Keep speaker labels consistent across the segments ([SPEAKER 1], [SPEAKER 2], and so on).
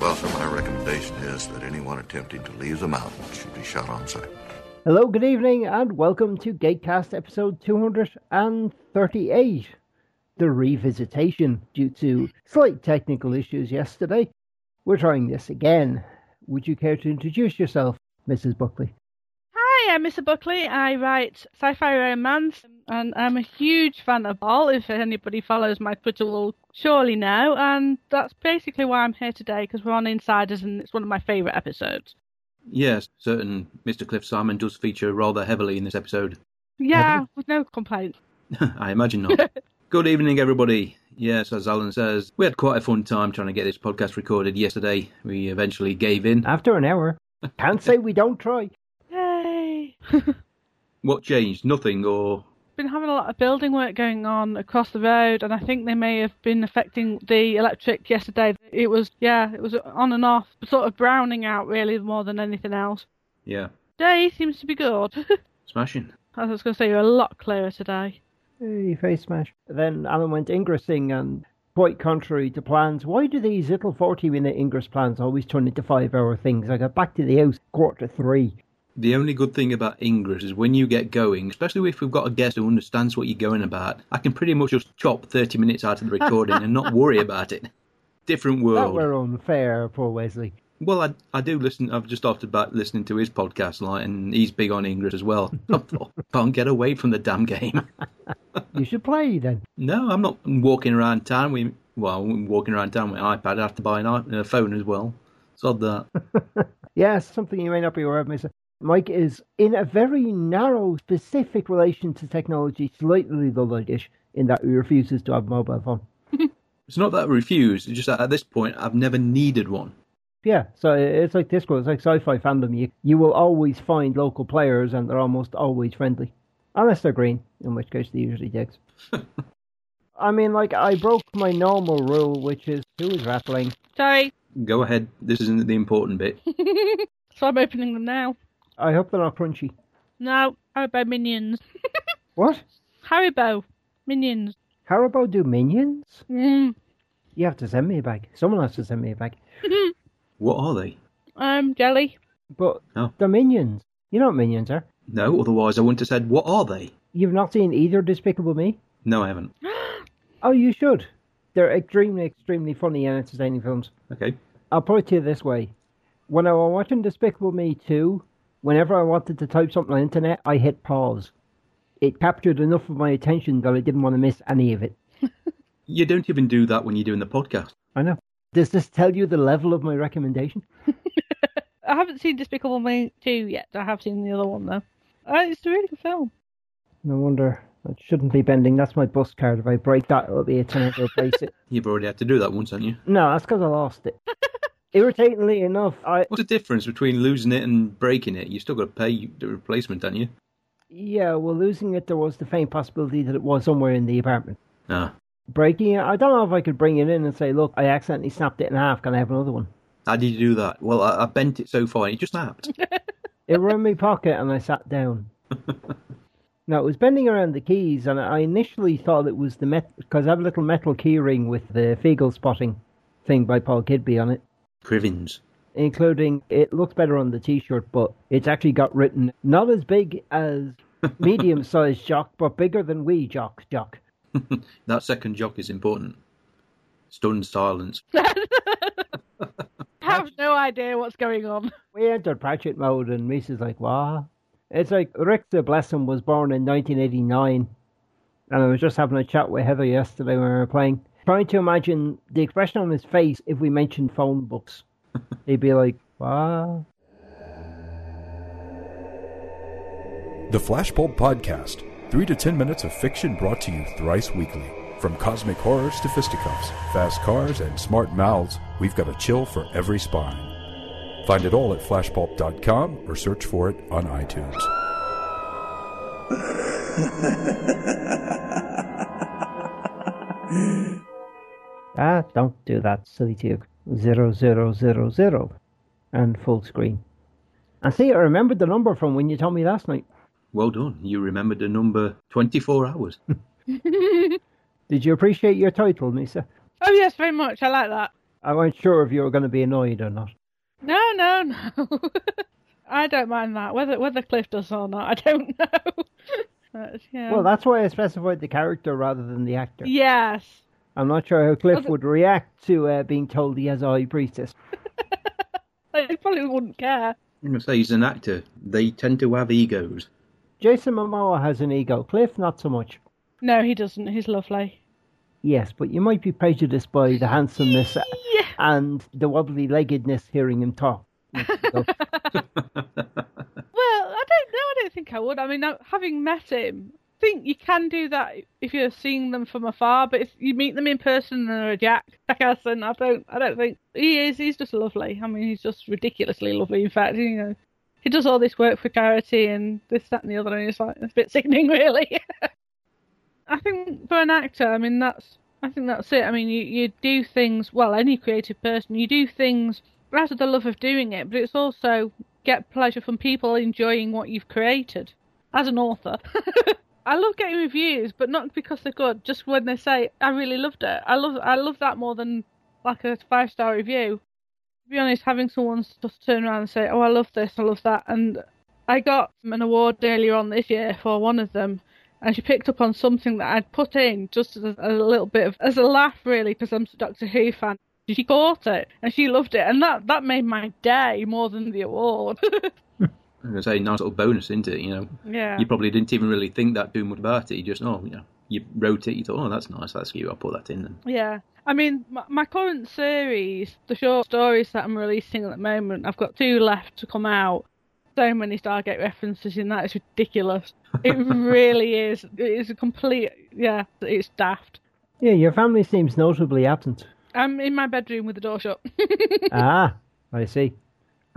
[SPEAKER 1] Well, my recommendation is that anyone attempting to leave the mountain should be shot on sight.
[SPEAKER 2] Hello, good evening, and welcome to Gatecast episode 238, the revisitation due to slight technical issues yesterday. We're trying this again. Would you care to introduce yourself, Mrs. Buckley?
[SPEAKER 3] Hi, I'm Mr. Buckley. I write sci-fi romance, and I'm a huge fan of all. If anybody follows my Twitter, will surely know. And that's basically why I'm here today because we're on Insiders, and it's one of my favourite episodes.
[SPEAKER 4] Yes, certain Mr. Cliff Simon does feature rather heavily in this episode.
[SPEAKER 3] Yeah, with no complaints.
[SPEAKER 4] I imagine not. Good evening, everybody. Yes, as Alan says, we had quite a fun time trying to get this podcast recorded yesterday. We eventually gave in.
[SPEAKER 2] After an hour, can't say we don't try.
[SPEAKER 3] Yay!
[SPEAKER 4] What changed? Nothing, or
[SPEAKER 3] been having a lot of building work going on across the road, and I think they may have been affecting the electric yesterday. It was, yeah, it was on and off, sort of browning out really more than anything else.
[SPEAKER 4] yeah,
[SPEAKER 3] Day seems to be good.
[SPEAKER 4] smashing.
[SPEAKER 3] I was going to say you're a lot clearer today.
[SPEAKER 2] Hey, face smash. Then Alan went ingressing, and quite contrary to plans, why do these little 40 minute ingress plans always turn into five hour things? I got back to the house quarter to three.
[SPEAKER 4] The only good thing about Ingress is when you get going, especially if we've got a guest who understands what you're going about, I can pretty much just chop 30 minutes out of the recording and not worry about it. Different
[SPEAKER 2] That
[SPEAKER 4] world.
[SPEAKER 2] were unfair, poor Wesley.
[SPEAKER 4] Well, I, I do listen. I've just started back listening to his podcast, like, and he's big on English as well. I thought, can't get away from the damn game.
[SPEAKER 2] You should play then.
[SPEAKER 4] No, I'm not walking around town. with well, I'm walking around town with an iPad. I have to buy an i- a phone as well. It's odd that.
[SPEAKER 2] Yes, something you may not be aware of, Mr. Mike is in a very narrow, specific relation to technology, slightly luddish in that he refuses to have a mobile phone.
[SPEAKER 4] It's not that I refuse. It's just that at this point, I've never needed one.
[SPEAKER 2] Yeah, so it's like Discord, it's like sci-fi fandom. You you will always find local players, and they're almost always friendly, unless they're green, in which case they usually dicks. I mean, like I broke my normal rule, which is who is rattling.
[SPEAKER 3] Sorry,
[SPEAKER 4] Go ahead. This isn't the important bit.
[SPEAKER 3] so I'm opening them now.
[SPEAKER 2] I hope they're not crunchy.
[SPEAKER 3] No, Haribo Minions.
[SPEAKER 2] What?
[SPEAKER 3] Haribo Minions.
[SPEAKER 2] Haribo do minions?
[SPEAKER 3] Mm.
[SPEAKER 2] You have to send me a bag. Someone has to send me a bag.
[SPEAKER 4] What are they?
[SPEAKER 3] Um, jelly.
[SPEAKER 2] But
[SPEAKER 4] Oh.
[SPEAKER 2] the minions. You know what minions are.
[SPEAKER 4] No, otherwise I wouldn't have said, what are they?
[SPEAKER 2] You've not seen either Despicable Me?
[SPEAKER 4] No, I haven't.
[SPEAKER 2] Oh, you should. They're extremely, extremely funny and entertaining films.
[SPEAKER 4] Okay.
[SPEAKER 2] I'll put it to you this way. When I was watching Despicable Me 2, whenever I wanted to type something on the internet, I hit pause. It captured enough of my attention that I didn't want to miss any of it.
[SPEAKER 4] You don't even do that when you're doing the podcast.
[SPEAKER 2] I know. Does this tell you the level of my recommendation?
[SPEAKER 3] I haven't seen Despicable Me 2 yet. I have seen the other one though. Uh, it's a really good film.
[SPEAKER 2] No wonder. It shouldn't be bending. That's my bus card. If I break that, it'll be a time to replace it.
[SPEAKER 4] You've already had to do that once, haven't you?
[SPEAKER 2] No, that's because I lost it. Irritatingly enough, I
[SPEAKER 4] What's the difference between losing it and breaking it? You still got to pay the replacement, don't you?
[SPEAKER 2] yeah, well, losing it, there was the faint possibility that it was somewhere in the apartment.
[SPEAKER 4] No.
[SPEAKER 2] Breaking it, I don't know if I could bring it in and say, "Look, I accidentally snapped it in half. Can I have another one?"
[SPEAKER 4] How did you do that? Well, I, I bent it so far, and it just snapped.
[SPEAKER 2] It were in my pocket, and I sat down. now it was bending around the keys, and I initially thought it was the metal because I have a little metal key ring with the Fiegel spotting thing by Paul Kidby on it,
[SPEAKER 4] Crivins.
[SPEAKER 2] including it looks better on the T-shirt, but it's actually got written not as big as medium-sized jock, but bigger than wee jock jock.
[SPEAKER 4] That second jock is important. Stunned silence.
[SPEAKER 3] I have no idea what's going on.
[SPEAKER 2] we entered Pratchett mode, and Reese's like, "Wow!" It's like Rick the Blessing was born in 1989, and I was just having a chat with Heather yesterday when we were playing, trying to imagine the expression on his face if we mentioned phone books. He'd be like, "Wow!"
[SPEAKER 5] The Flashbulb Podcast. Three to ten minutes of fiction brought to you thrice weekly. From cosmic horrors to fisticuffs, fast cars, and smart mouths, we've got a chill for every spine. Find it all at flashpulp.com or search for it on iTunes.
[SPEAKER 2] Ah, don't do that, silly Duke. Zero, zero, zero, zero. And full screen. And see, I remembered the number from when you told me last night.
[SPEAKER 4] Well done. You remembered the number 24 hours.
[SPEAKER 2] Did you appreciate your title, Nisa?
[SPEAKER 3] Oh, yes, very much. I like that.
[SPEAKER 2] I wasn't sure if you were going to be annoyed or not.
[SPEAKER 3] No, no, no. I don't mind that. Whether whether Cliff does or not, I don't know. But, yeah.
[SPEAKER 2] Well, that's why I specified the character rather than the actor.
[SPEAKER 3] Yes.
[SPEAKER 2] I'm not sure how Cliff
[SPEAKER 3] Other-
[SPEAKER 2] would react to uh, being told he has a high priestess.
[SPEAKER 3] They probably wouldn't care.
[SPEAKER 4] I'm going to say he's an actor. They tend to have egos.
[SPEAKER 2] Jason Momoa has an ego. Cliff, not so much.
[SPEAKER 3] No, he doesn't. He's lovely.
[SPEAKER 2] Yes, but you might be prejudiced by the handsomeness
[SPEAKER 3] Yeah.
[SPEAKER 2] and the wobbly leggedness hearing him talk.
[SPEAKER 3] Well, I don't know. I don't think I would. I mean, I- having met him, I think you can do that if you're seeing them from afar. But if you meet them in person and they're a jack, jackass, then I don't. I don't think he is. He's just lovely. I mean, he's just ridiculously lovely. In fact, you know, he does all this work for charity and this, that, and the other, and it's like it's a bit sickening, really. I think for an actor, I mean, that's. I think that's it. I mean, you, you do things. Well, any creative person, you do things out of the love of doing it, but it's also get pleasure from people enjoying what you've created. As an author, I love getting reviews, but not because they're good. Just when they say, "I really loved it," I love I love that more than like a five star review. To be honest, having someone just turn around and say, "Oh, I love this, I love that," and I got an award earlier on this year for one of them, and she picked up on something that I'd put in just as a little bit of as a laugh, really, because I'm a Doctor Who fan. She caught it and she loved it, and that that made my day more than the award.
[SPEAKER 4] I'm going to say, nice little bonus, isn't it? You know,
[SPEAKER 3] yeah.
[SPEAKER 4] you probably didn't even really think that too much about it. You just, oh, you know, you wrote it. You thought, oh, that's nice. That's cute. I'll put that in then.
[SPEAKER 3] Yeah. I mean, my, my current series, the short stories that I'm releasing at the moment, I've got two left to come out. So many Stargate references in that, it's ridiculous. It really is. It is a complete, yeah, it's daft.
[SPEAKER 2] Yeah, your family seems notably absent.
[SPEAKER 3] I'm in my bedroom with the door shut.
[SPEAKER 2] ah, I see.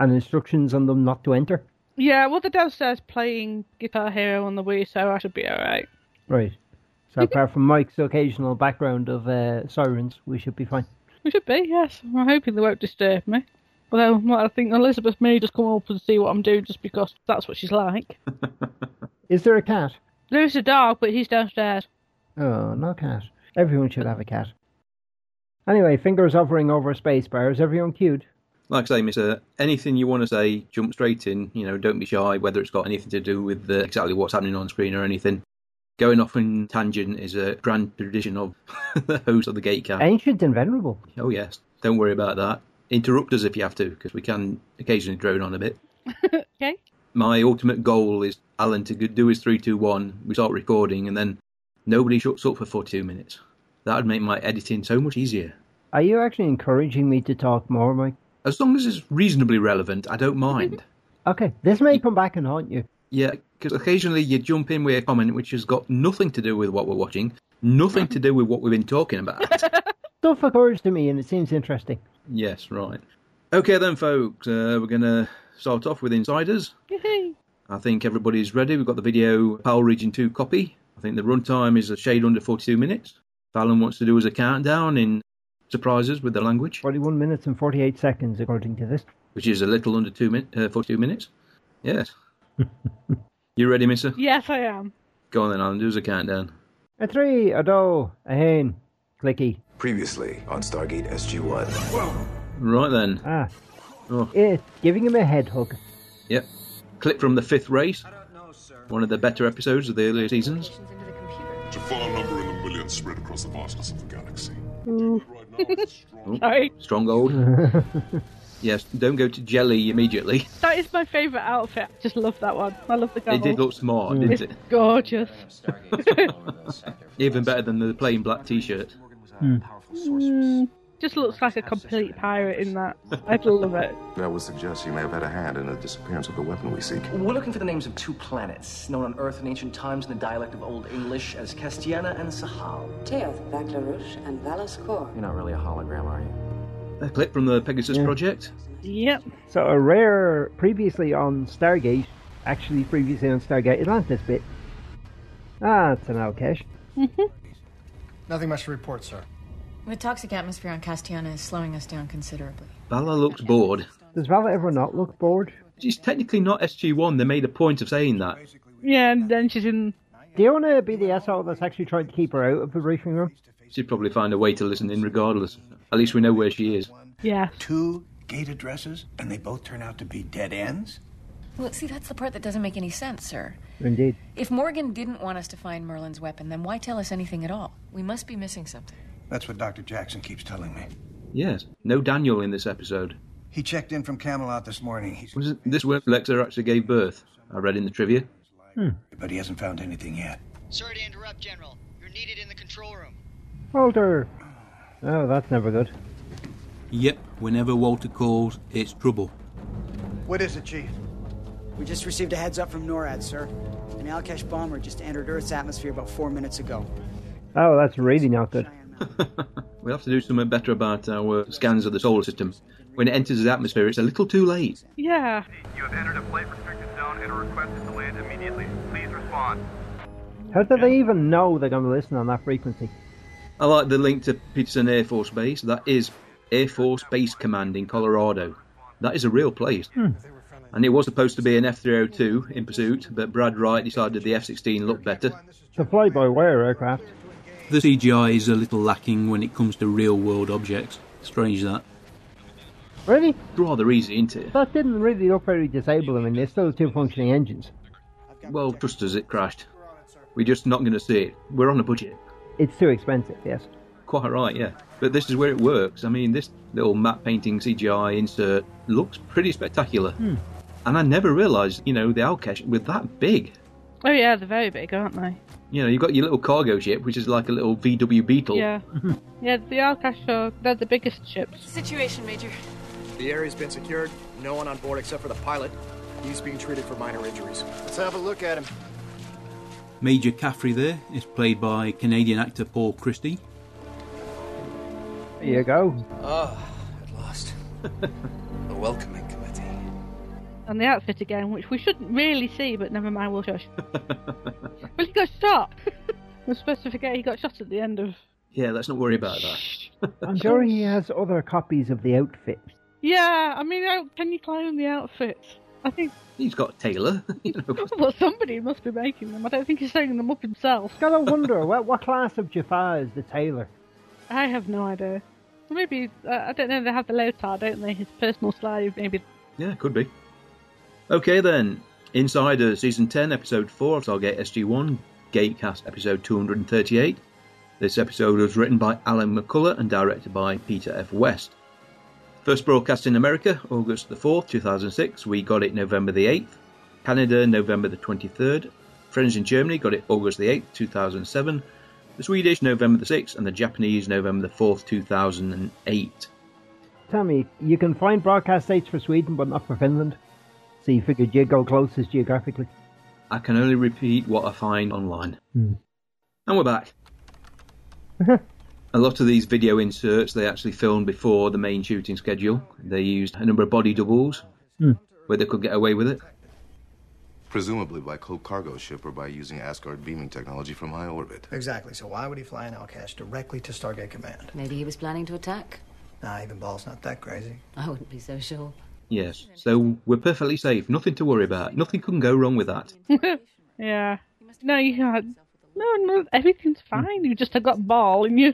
[SPEAKER 2] And instructions on them not to enter.
[SPEAKER 3] yeah, well, they're downstairs playing Guitar Hero on the Wii, so I should be alright.
[SPEAKER 2] Right. So apart from Mike's occasional background of uh, sirens, we should be fine.
[SPEAKER 3] We should be, yes. I'm hoping they won't disturb me. Although, well, I think Elizabeth may just come up and see what I'm doing just because that's what she's like.
[SPEAKER 2] Is there a cat?
[SPEAKER 3] There is a dog, but he's downstairs.
[SPEAKER 2] Oh, no cat. Everyone should have a cat. Anyway, fingers hovering over space bar. Is everyone cued?
[SPEAKER 4] Like I say, Mister, anything you want to say, jump straight in. You know, don't be shy. Whether it's got anything to do with the, exactly what's happening on screen or anything, going off in tangent is a grand tradition of the host of the Gatecast.
[SPEAKER 2] Ancient and venerable.
[SPEAKER 4] Oh yes, don't worry about that. Interrupt us if you have to, because we can occasionally drone on a bit.
[SPEAKER 3] Okay.
[SPEAKER 4] My ultimate goal is Alan to do his three, two, one. We start recording, and then nobody shuts up for forty-two minutes. That would make my editing so much easier.
[SPEAKER 2] Are you actually encouraging me to talk more, Mike?
[SPEAKER 4] As long as it's reasonably relevant, I don't mind.
[SPEAKER 2] Okay, this may come back and haunt you.
[SPEAKER 4] Yeah, because occasionally you jump in with a comment which has got nothing to do with what we're watching, nothing to do with what we've been talking about.
[SPEAKER 2] Stuff occurs to me and it seems interesting.
[SPEAKER 4] yes, right. Okay, then, folks, uh, we're going to start off with Insiders.
[SPEAKER 3] Yay.
[SPEAKER 4] I think everybody's ready. We've got the video Power Region 2 copy. I think the runtime is a shade under 42 minutes. Fallon wants to do us a countdown in surprises with the language,
[SPEAKER 2] 41 minutes and 48 seconds, according to this.
[SPEAKER 4] which is a little under two min- uh, 42 minutes. Yes. you ready, mister?
[SPEAKER 3] Yes, I am.
[SPEAKER 4] Go on then, Alan, do us a countdown.
[SPEAKER 2] A three, a do, a hen, clicky.
[SPEAKER 6] Previously on Stargate SG-1.
[SPEAKER 4] Right then.
[SPEAKER 2] Ah,
[SPEAKER 4] Oh.
[SPEAKER 2] it, giving him a head hug.
[SPEAKER 4] Yep. Clip from the fifth race. One of the better episodes of the earlier seasons.
[SPEAKER 7] It's a far number in the millions spread across the vastness of the galaxy. Right now, it's a
[SPEAKER 4] Oh.
[SPEAKER 7] strong
[SPEAKER 3] Sorry.
[SPEAKER 4] Stronghold. yes, don't go to jelly immediately.
[SPEAKER 3] That is my favourite outfit. Just love that one. I love the
[SPEAKER 4] It
[SPEAKER 3] gold.
[SPEAKER 4] did look smart, didn't
[SPEAKER 3] it's
[SPEAKER 4] it?
[SPEAKER 3] gorgeous.
[SPEAKER 4] Even better than the plain black t shirt.
[SPEAKER 3] Just looks like a complete pirate in that. I love it.
[SPEAKER 1] That would suggest he may have had a hand in the disappearance of the weapon we seek.
[SPEAKER 8] We're looking for the names of two planets, known on Earth in ancient times in the dialect of Old English as Castiana and Sahal.
[SPEAKER 9] Teoth, Baclarush, and Valas Kor.
[SPEAKER 8] You're not really a hologram, are you?
[SPEAKER 4] A clip from the Pegasus
[SPEAKER 2] Yeah.
[SPEAKER 4] Project.
[SPEAKER 3] Yep.
[SPEAKER 2] So a rare, previously on Stargate, actually previously on Stargate Atlantis bit. Ah, it's an Alkesh.
[SPEAKER 9] Nothing much to report, sir. The toxic atmosphere on Castiana is slowing us down considerably.
[SPEAKER 4] Bala looks bored.
[SPEAKER 2] Does Vala ever not look bored?
[SPEAKER 4] She's technically not SG1. They made a point of saying that.
[SPEAKER 3] Yeah, and then she's in.
[SPEAKER 2] Do you want to be the asshole that's actually trying to keep her out of the briefing room?
[SPEAKER 4] She'd probably find a way to listen in regardless. At least we know where she is.
[SPEAKER 3] Yeah.
[SPEAKER 10] Two gate addresses, and they both turn out to be dead ends?
[SPEAKER 9] Well, see, that's the part that doesn't make any sense, sir.
[SPEAKER 2] Indeed.
[SPEAKER 9] If Morgan didn't want us to find Merlin's weapon, then why tell us anything at all? We must be missing something.
[SPEAKER 10] That's what Dr. Jackson keeps telling me.
[SPEAKER 4] Yes. No Daniel in this episode.
[SPEAKER 10] He checked in from Camelot this morning. He's,
[SPEAKER 4] Was it this where Lexa actually gave birth? I read in the trivia.
[SPEAKER 10] but he hasn't found anything yet.
[SPEAKER 11] Sorry to interrupt, General. You're needed in the control room.
[SPEAKER 2] Walter! Oh, that's never good.
[SPEAKER 12] Yep, whenever Walter calls, it's trouble.
[SPEAKER 13] What is it, Chief? We just received a heads up from NORAD, sir. An Alkesh bomber just entered Earth's atmosphere about four minutes ago.
[SPEAKER 2] Oh, that's really not good.
[SPEAKER 4] We'll have to do something better about our scans of the solar system. When it enters the atmosphere, it's a little too late.
[SPEAKER 3] Yeah.
[SPEAKER 14] You have entered a flight restricted zone and are requested to land immediately. Please respond.
[SPEAKER 2] How do they even know they're going to listen on that frequency?
[SPEAKER 4] I like the link to Peterson Air Force Base. That is Air Force Base Command in Colorado. That is a real place.
[SPEAKER 2] Hmm.
[SPEAKER 4] And it was supposed to be an F 302 in pursuit, but Brad Wright decided the F 16 looked better.
[SPEAKER 2] The fly-by-wire aircraft.
[SPEAKER 12] The CGI is a little lacking when it comes to real world objects. Strange that.
[SPEAKER 2] Really?
[SPEAKER 4] Rather easy, isn't it?
[SPEAKER 2] That didn't really look very disabling, and there's still two functioning engines.
[SPEAKER 4] Well, trust us, it crashed. We're just not going to see it. We're on a budget.
[SPEAKER 2] It's too expensive, yes.
[SPEAKER 4] Quite right, yeah. But this is where it works. I mean, this little map painting CGI insert looks pretty spectacular.
[SPEAKER 3] Hmm.
[SPEAKER 4] And I never realised, you know, the Alkesh were that big.
[SPEAKER 3] Oh, yeah, they're very big, aren't they?
[SPEAKER 4] You know, you've got your little cargo ship, which is like a little VW Beetle.
[SPEAKER 3] Yeah. yeah, the Alcash are they're the biggest ships.
[SPEAKER 13] Situation, Major. The area's been secured. No one on board except for the pilot. He's being treated for minor injuries. Let's have a look at him.
[SPEAKER 12] Major Caffrey there is played by Canadian actor Paul Christie.
[SPEAKER 2] There you go.
[SPEAKER 15] Ah, at last. the welcoming committee.
[SPEAKER 3] And the outfit again, which we shouldn't really see, but never mind, we'll shush. well, he got shot. We're supposed to forget he got shot at the end of.
[SPEAKER 4] Yeah, let's not worry about that.
[SPEAKER 2] I'm sure he has other copies of the outfit.
[SPEAKER 3] Yeah, I mean, how can you clone the outfits? I think.
[SPEAKER 4] He's got a tailor. you know.
[SPEAKER 3] Well, somebody must be making them. I don't think he's setting them up himself.
[SPEAKER 2] Gotta wonder, what, what class of Jafar is the tailor?
[SPEAKER 3] I have no idea. Maybe uh, I don't know. They have the leotard, don't they? His personal slave, maybe.
[SPEAKER 4] Yeah, could be. Okay then, Insider Season 10, Episode 4 of Stargate SG1, Gatecast Episode 238. This episode was written by Alan McCullough and directed by Peter F. West. First broadcast in America, August the 4th, 2006. We got it November the 8th. Canada, November the 23rd. Friends in Germany got it August the 8th, 2007. The Swedish, November the 6th. And the Japanese, November the 4th, 2008.
[SPEAKER 2] Tell me, you can find broadcast dates for Sweden, but not for Finland. So you figured you'd go closest geographically.
[SPEAKER 4] I can only repeat what I find online.
[SPEAKER 2] Hmm.
[SPEAKER 4] And we're back. a lot of these video inserts they actually filmed before the main shooting schedule. They used a number of body doubles
[SPEAKER 2] Hmm.
[SPEAKER 4] where they could get away with it.
[SPEAKER 1] Presumably by cold cargo ship or by using Asgard beaming technology from high orbit.
[SPEAKER 16] Exactly. So why would he fly an Alcash directly to Stargate Command?
[SPEAKER 17] Maybe he was planning to attack.
[SPEAKER 16] Nah, even Ball's not that crazy.
[SPEAKER 17] I wouldn't be so sure.
[SPEAKER 4] Yes, so we're perfectly safe. Nothing to worry about. Nothing can go wrong with that.
[SPEAKER 3] yeah. No, you can't. No, no, everything's fine. You just have got ball and you.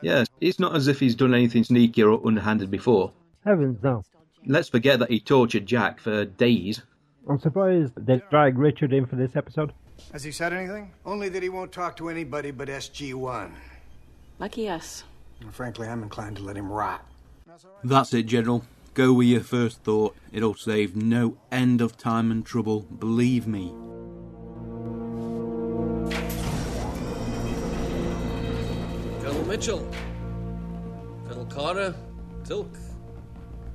[SPEAKER 4] Yes, it's not as if he's done anything sneaky or underhanded before.
[SPEAKER 2] Heavens no.
[SPEAKER 4] Let's forget that he tortured Jack for days.
[SPEAKER 2] I'm surprised they dragged Richard in for this episode.
[SPEAKER 15] Has he said anything? Only that he won't talk to anybody but SG1.
[SPEAKER 18] Lucky us.
[SPEAKER 15] Frankly, I'm inclined to let him rot.
[SPEAKER 12] That's it, General. Go with your first thought. It'll save no end of time and trouble, believe me.
[SPEAKER 19] Colonel Mitchell. Colonel Carter. Tilk.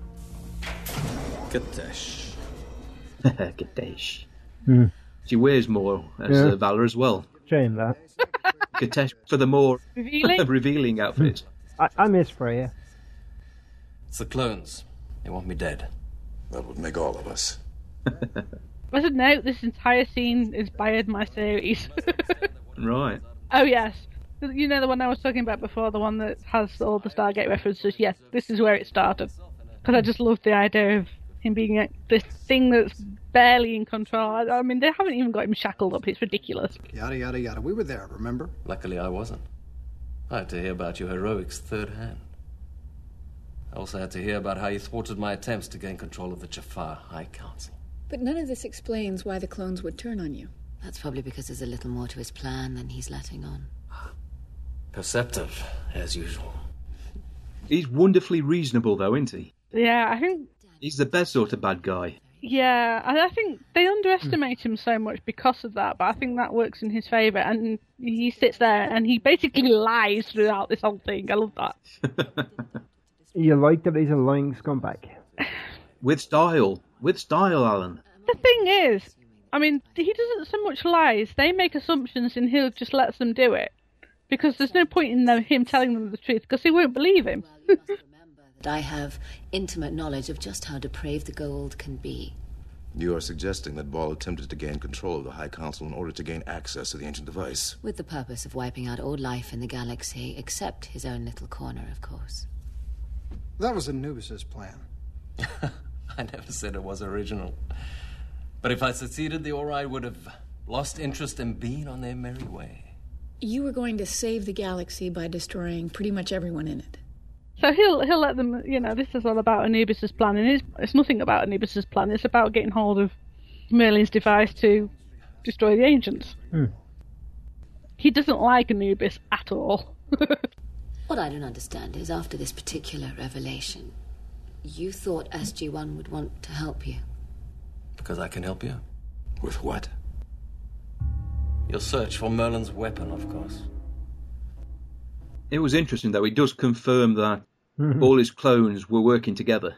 [SPEAKER 19] Katesh.
[SPEAKER 4] Katesh.
[SPEAKER 2] Hmm.
[SPEAKER 4] She wears more as
[SPEAKER 2] Yeah.
[SPEAKER 4] uh, Valor as well.
[SPEAKER 2] Shame that.
[SPEAKER 4] Katesh for the more
[SPEAKER 3] Revealing?
[SPEAKER 4] revealing outfits.
[SPEAKER 2] I, I miss Freya.
[SPEAKER 19] It's the clones. They want me dead.
[SPEAKER 1] That would make all of us.
[SPEAKER 3] As a note, this entire scene inspired my series.
[SPEAKER 4] Right.
[SPEAKER 3] oh, yes. You know the one I was talking about before, the one that has all the Stargate references? Yes, this is where it started. Because I just loved the idea of him being like, this thing that's barely in control. I, I mean, they haven't even got him shackled up. It's ridiculous.
[SPEAKER 16] Yada, yada, yada. We were there, remember?
[SPEAKER 19] Luckily, I wasn't. I had to hear about your heroics third hand. I also had to hear about how you thwarted my attempts to gain control of the Jafar High Council.
[SPEAKER 20] But none of this explains why the clones would turn on you.
[SPEAKER 17] That's probably because there's a little more to his plan than he's letting on.
[SPEAKER 19] Perceptive, as usual.
[SPEAKER 4] He's wonderfully reasonable, though, isn't he?
[SPEAKER 3] Yeah, I think.
[SPEAKER 4] He's the best sort of bad guy.
[SPEAKER 3] Yeah, I I think they underestimate him so much because of that, but I think that works in his favour. And he sits there and he basically lies throughout this whole thing. I love that.
[SPEAKER 2] You like that he's a lying scumbag.
[SPEAKER 4] With style. With style, Alan.
[SPEAKER 3] The thing is, I mean, he doesn't so much lies. They make assumptions, and he just lets them do it because there's no point in them, him telling them the truth because they won't believe him.
[SPEAKER 17] That I have intimate knowledge of just how depraved the gold can be.
[SPEAKER 1] You are suggesting that Ball attempted to gain control of the High Council in order to gain access to the ancient device.
[SPEAKER 17] With the purpose of wiping out all life in the galaxy, except his own little corner, of course.
[SPEAKER 16] That was Anubis' plan.
[SPEAKER 19] I never said it was original. But if I succeeded, the Ori would have lost interest and been on their merry way.
[SPEAKER 20] You were going to save the galaxy by destroying pretty much everyone in it.
[SPEAKER 3] So he'll he'll let them. You know, this is all about Anubis's plan, and it's it's nothing about Anubis's plan. It's about getting hold of Merlin's device to destroy the ancients.
[SPEAKER 2] Hmm.
[SPEAKER 3] He doesn't like Anubis at all.
[SPEAKER 17] What I don't understand is after this particular revelation, you thought SG1 would want to help you.
[SPEAKER 19] Because I can help you.
[SPEAKER 1] With what?
[SPEAKER 19] Your search for Merlin's weapon, of course.
[SPEAKER 4] It was interesting, though. It does confirm that all his clones were working together.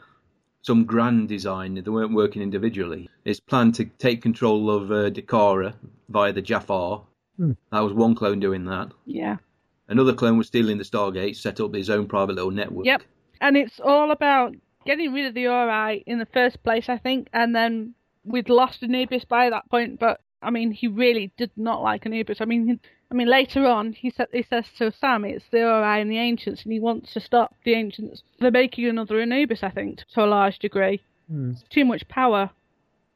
[SPEAKER 4] Some grand design, they weren't working individually. His plan to take control of uh, Dakara via the Jafar,
[SPEAKER 2] Hmm.
[SPEAKER 4] that was one clone doing that.
[SPEAKER 3] yeah.
[SPEAKER 4] Another clone was stealing the Stargate, set up his own private little network.
[SPEAKER 3] Yep. And it's all about getting rid of the Ori in the first place, I think, and then we'd lost Anubis by that point. But I mean, he really did not like Anubis. I mean, he- I mean, later on, he sa- he says to Sam, "It's the Ori and the Ancients," and he wants to stop the Ancients. They're making another Anubis, I think, to a large degree. Too much power.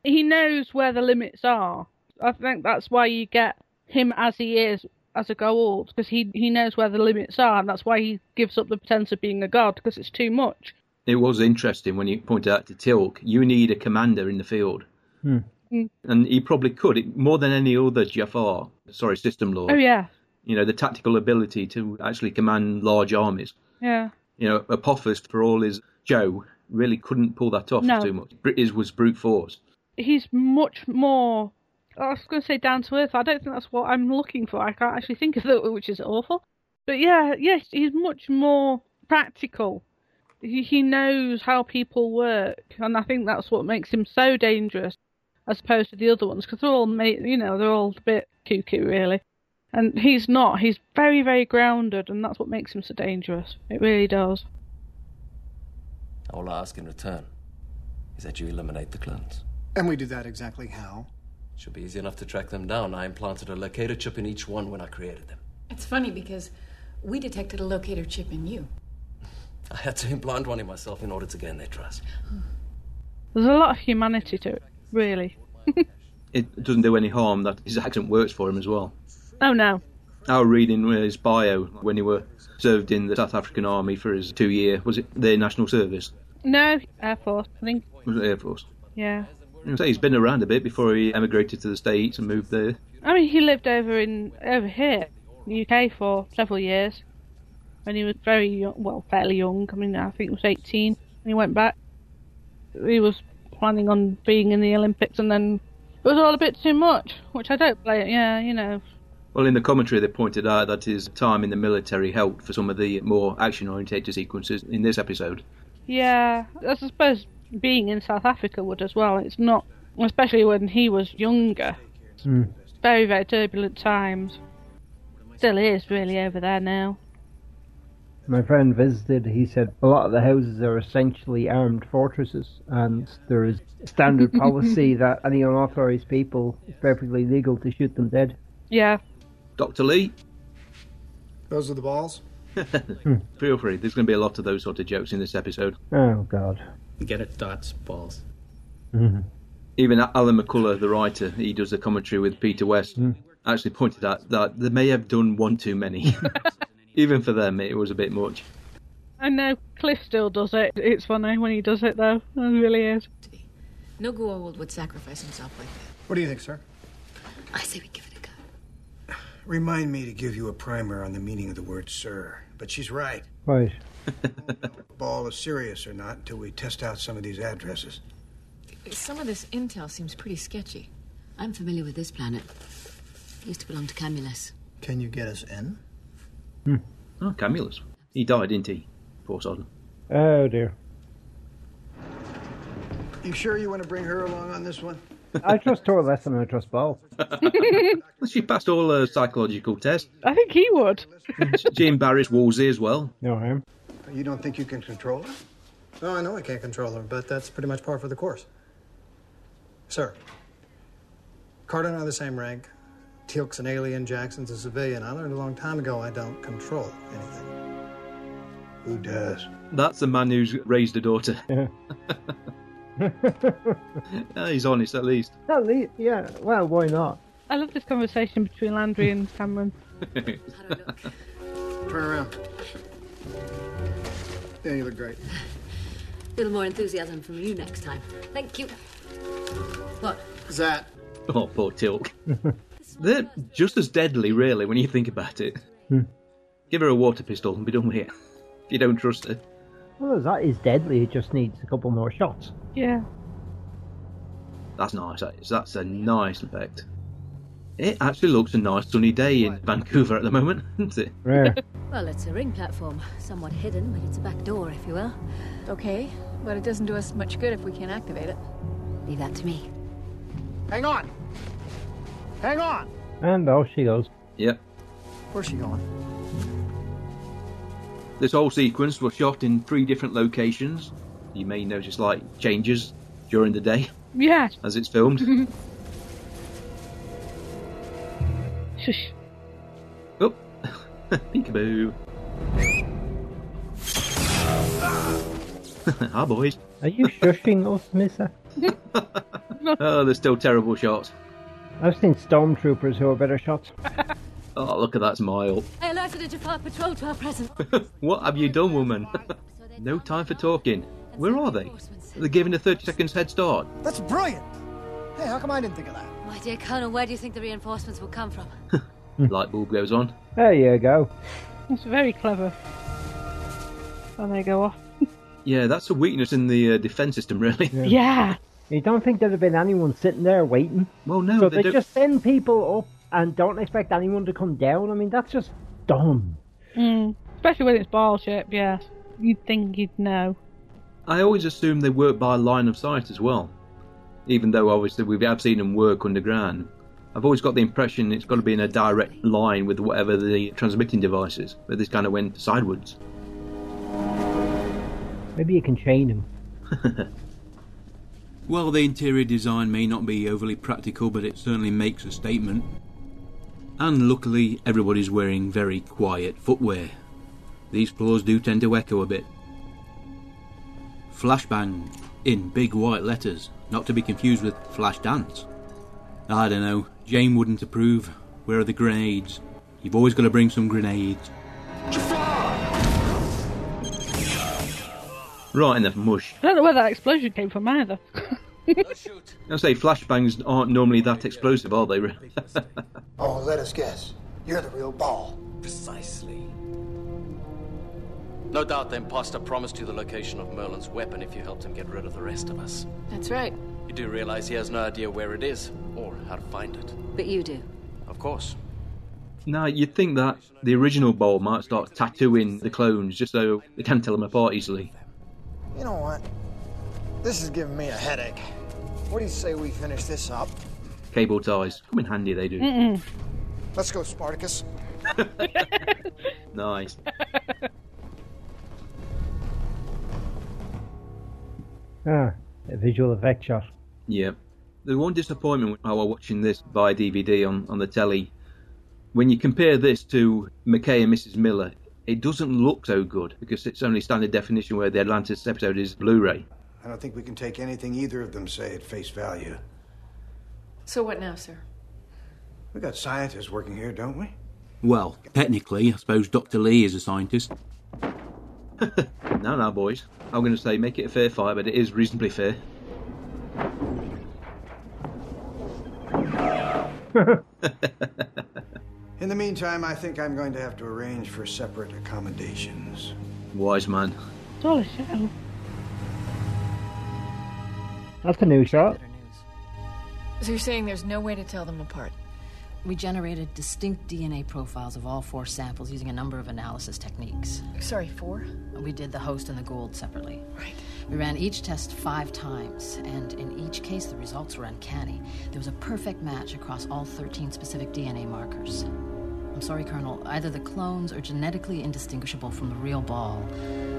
[SPEAKER 3] He knows where the limits are. I think that's why you get him as he is as a Goa'uld, because he, he knows where the limits are, and that's why he gives up the pretense of being a god, because it's too much.
[SPEAKER 4] It was interesting when you pointed out to Tilk, you need a commander in the field.
[SPEAKER 2] Hmm.
[SPEAKER 3] Mm.
[SPEAKER 4] And he probably could, it- more than any other Jafar, sorry, System Lord.
[SPEAKER 3] Oh, yeah,
[SPEAKER 4] You know, the tactical ability to actually command large armies.
[SPEAKER 3] yeah.
[SPEAKER 4] You know, Apophis, for all his Joe, really couldn't pull that off
[SPEAKER 3] No.
[SPEAKER 4] too much. Br- His was brute force.
[SPEAKER 3] He's much more. I was going to say down to earth. I don't think that's what I'm looking for. I can't actually think of that, which is awful. But yeah, yes, he's much more practical. He, he knows how people work, and I think that's what makes him so dangerous, as opposed to the other ones, because they're all, ma- you know, they're all a bit cuckoo, really. And he's not. He's very, very grounded, and that's what makes him so dangerous. It really does.
[SPEAKER 19] All I ask in return is that you eliminate the clones.
[SPEAKER 16] And we do that exactly how?
[SPEAKER 19] Should be easy enough to track them down. I implanted a locator chip in each one when I created them.
[SPEAKER 20] It's funny because we detected a locator chip in you.
[SPEAKER 19] I had to implant one in myself in order to gain their trust.
[SPEAKER 3] There's a lot of humanity to it, really.
[SPEAKER 4] It doesn't do any harm that his accent works for him as well.
[SPEAKER 3] Oh no.
[SPEAKER 4] Our reading his bio when he were served in the South African Army for his two year, was it their national service?
[SPEAKER 3] No, Air Force, I think.
[SPEAKER 4] Was it Air Force?
[SPEAKER 3] Yeah.
[SPEAKER 4] I say he's been around a bit before he emigrated to the States and moved there.
[SPEAKER 3] I mean, he lived over in over here, in the UK, for several years. When he was very young, well, fairly young. I mean, I think he was 18. When he went back, he was planning on being in the Olympics, and then it was all a bit too much, which I don't blame. Yeah, you know.
[SPEAKER 4] Well, in the commentary, they pointed out that his time in the military helped for some of the more action oriented sequences in this episode.
[SPEAKER 3] Yeah, I suppose being in South Africa would as well. It's not, especially when he was younger. Very, very turbulent times. Still is really over there now.
[SPEAKER 2] my friend visited, he said a lot of the houses are essentially armed fortresses, and there is standard policy that any unauthorized people it's perfectly legal to shoot them dead.
[SPEAKER 3] Yeah.
[SPEAKER 4] Dr. Lee,
[SPEAKER 15] Those are the balls?
[SPEAKER 4] feel free. There's going to be a lot of those sort of jokes in this episode.
[SPEAKER 2] Oh God.
[SPEAKER 21] Get it, dots, balls.
[SPEAKER 4] Even Alan McCullough, the writer, he does a commentary with Peter West, actually pointed out that they may have done one too many. Even for them, it was a bit much.
[SPEAKER 3] I know Cliff still does it. It's funny when he does it, though. It really is.
[SPEAKER 18] No Goa'uld would sacrifice himself like that.
[SPEAKER 15] What do you think, sir?
[SPEAKER 18] I say we give it a go.
[SPEAKER 6] Remind me to give you a primer on the meaning of the word sir. But she's right.
[SPEAKER 2] Right.
[SPEAKER 6] Ball is serious or not until we test out some of these addresses.
[SPEAKER 18] Some of this intel seems pretty sketchy. I'm familiar with this planet. It used to belong to Camulus.
[SPEAKER 16] Can you get us in?
[SPEAKER 4] Oh, Camulus. He died, didn't he? Poor sod.
[SPEAKER 2] Oh dear.
[SPEAKER 15] You sure you want to bring her along on this one?
[SPEAKER 2] I trust Tor less than I trust Ball.
[SPEAKER 4] she passed all her psychological tests.
[SPEAKER 3] I think he would.
[SPEAKER 4] She embarrassed Wolsey as well.
[SPEAKER 2] No, I am.
[SPEAKER 15] You don't think you can control her?
[SPEAKER 16] Oh, I know I can't control her, but that's pretty much par for the course. Sir, Carter and I are the same rank. Teal'c's an alien, Jackson's a civilian. I learned a long time ago I don't control anything.
[SPEAKER 6] Who does?
[SPEAKER 4] That's the man who's raised a daughter. Ah, he's honest, at least.
[SPEAKER 2] At least, yeah. Well, why not?
[SPEAKER 3] I love this conversation between Landry and Cameron.
[SPEAKER 4] Oh,
[SPEAKER 15] Turn around. Yeah, you look great.
[SPEAKER 17] A little more enthusiasm from you next time. Thank you. What?
[SPEAKER 15] Zat.
[SPEAKER 4] Oh, poor Tilk. They're just as deadly, really, when you think about it.
[SPEAKER 2] Hmm.
[SPEAKER 4] Give her a water pistol and be done with it. If you don't trust her.
[SPEAKER 2] Well, that is deadly. It just needs a couple more shots.
[SPEAKER 3] Yeah.
[SPEAKER 4] That's nice. That is. That's a nice effect. It actually looks a nice sunny day in Vancouver at the moment, isn't it?
[SPEAKER 2] Rare.
[SPEAKER 17] Well, it's a ring platform, somewhat hidden, but it's a back door, if you will.
[SPEAKER 20] Okay, but it doesn't do us much good if we can't activate it.
[SPEAKER 17] Leave that to me.
[SPEAKER 15] Hang on! Hang on!
[SPEAKER 2] And off she goes.
[SPEAKER 4] Yep.
[SPEAKER 16] Where's she going?
[SPEAKER 4] This whole sequence was shot in three different locations. You may notice slight changes during the day
[SPEAKER 3] Yeah.
[SPEAKER 4] as it's filmed.
[SPEAKER 3] Shush.
[SPEAKER 4] oh, peekaboo. Hi, boys.
[SPEAKER 2] Are you shushing us, Missa?
[SPEAKER 4] Oh, they're still terrible shots.
[SPEAKER 2] I've seen stormtroopers who are better shots.
[SPEAKER 4] Oh, look at that smile.
[SPEAKER 17] I alerted a Jafar patrol to our presence.
[SPEAKER 4] What have you done, woman? no time for talking. Where are they? They're giving a 30 seconds head start.
[SPEAKER 16] That's brilliant! Hey, how come I didn't think of that?
[SPEAKER 17] My dear Colonel, where do you think the reinforcements will come from?
[SPEAKER 2] Hmm.
[SPEAKER 4] Light bulb goes on.
[SPEAKER 2] There you go.
[SPEAKER 3] It's very clever. And they go off.
[SPEAKER 4] Yeah, that's a weakness in the uh, defense system, really.
[SPEAKER 3] Yeah.
[SPEAKER 2] You don't think there'd have been anyone sitting there waiting?
[SPEAKER 4] Well, no,
[SPEAKER 2] So
[SPEAKER 4] they
[SPEAKER 2] they,
[SPEAKER 4] don't-
[SPEAKER 2] just send people up and don't expect anyone to come down. I mean, that's just dumb.
[SPEAKER 3] Mm. Especially when it's ball shape, yes. You'd think you'd know.
[SPEAKER 4] I always assume they work by line of sight as well. Even though obviously we have seen them work underground. I've always got the impression it's got to be in a direct line with whatever the transmitting device is, but this kind of went sidewards.
[SPEAKER 2] Maybe you can chain him.
[SPEAKER 12] While the interior design may not be overly practical, but it certainly makes a statement. And luckily, everybody's wearing very quiet footwear. These floors do tend to echo a bit. Flashbang in big white letters, not to be confused with flash dance. I don't know, Jane wouldn't approve. Where are the grenades? You've always got to bring some grenades.
[SPEAKER 4] Right in the mush.
[SPEAKER 3] I don't know where that explosion came from either.
[SPEAKER 4] I say flashbangs aren't normally that explosive, are they? really?
[SPEAKER 16] Oh, let us guess. You're the real ball.
[SPEAKER 11] Precisely.
[SPEAKER 19] No doubt the imposter promised you the location of Merlin's weapon if you helped him get rid of the rest of us.
[SPEAKER 18] That's right.
[SPEAKER 19] You do realize he has no idea where it is or how to find it.
[SPEAKER 17] But you do.
[SPEAKER 19] Of course.
[SPEAKER 4] now, you'd think that the original Ball might start tattooing the clones just so they can tell them apart easily.
[SPEAKER 16] You know what? This is giving me a headache. What do you say we finish this up?
[SPEAKER 4] Cable ties. Come in handy, they do.
[SPEAKER 16] Mm-mm. Let's go, Spartacus.
[SPEAKER 4] Nice.
[SPEAKER 2] Ah, a visual effect shot.
[SPEAKER 4] Yeah. The one disappointment while we're watching this by DVD on, on the telly, when you compare this to McKay and Mrs. Miller, it doesn't look so good because it's only standard definition where the Atlantis episode is Blu ray.
[SPEAKER 6] I don't think we can take anything either of them say at face value.
[SPEAKER 20] So what now, sir?
[SPEAKER 6] We got scientists working here, don't we?
[SPEAKER 12] Well, technically, I suppose Dr. Lee is a scientist.
[SPEAKER 4] Now, now, boys, I'm going to say make it a fair fight, but it is reasonably fair.
[SPEAKER 6] In the meantime, I think I'm going to have to arrange for separate accommodations.
[SPEAKER 4] Wise man.
[SPEAKER 3] Dollar show.
[SPEAKER 2] That's a new shot.
[SPEAKER 20] So you're saying there's no way to tell them apart?
[SPEAKER 18] We generated distinct DNA profiles of all four samples using a number of analysis techniques.
[SPEAKER 20] Sorry, four?
[SPEAKER 18] We did the host and the Gould separately. Right. We ran each test five times, and in each case, the results were uncanny. There was a perfect match across all 13 specific DNA markers. I'm sorry, Colonel. Either the clones are genetically indistinguishable from the real ball.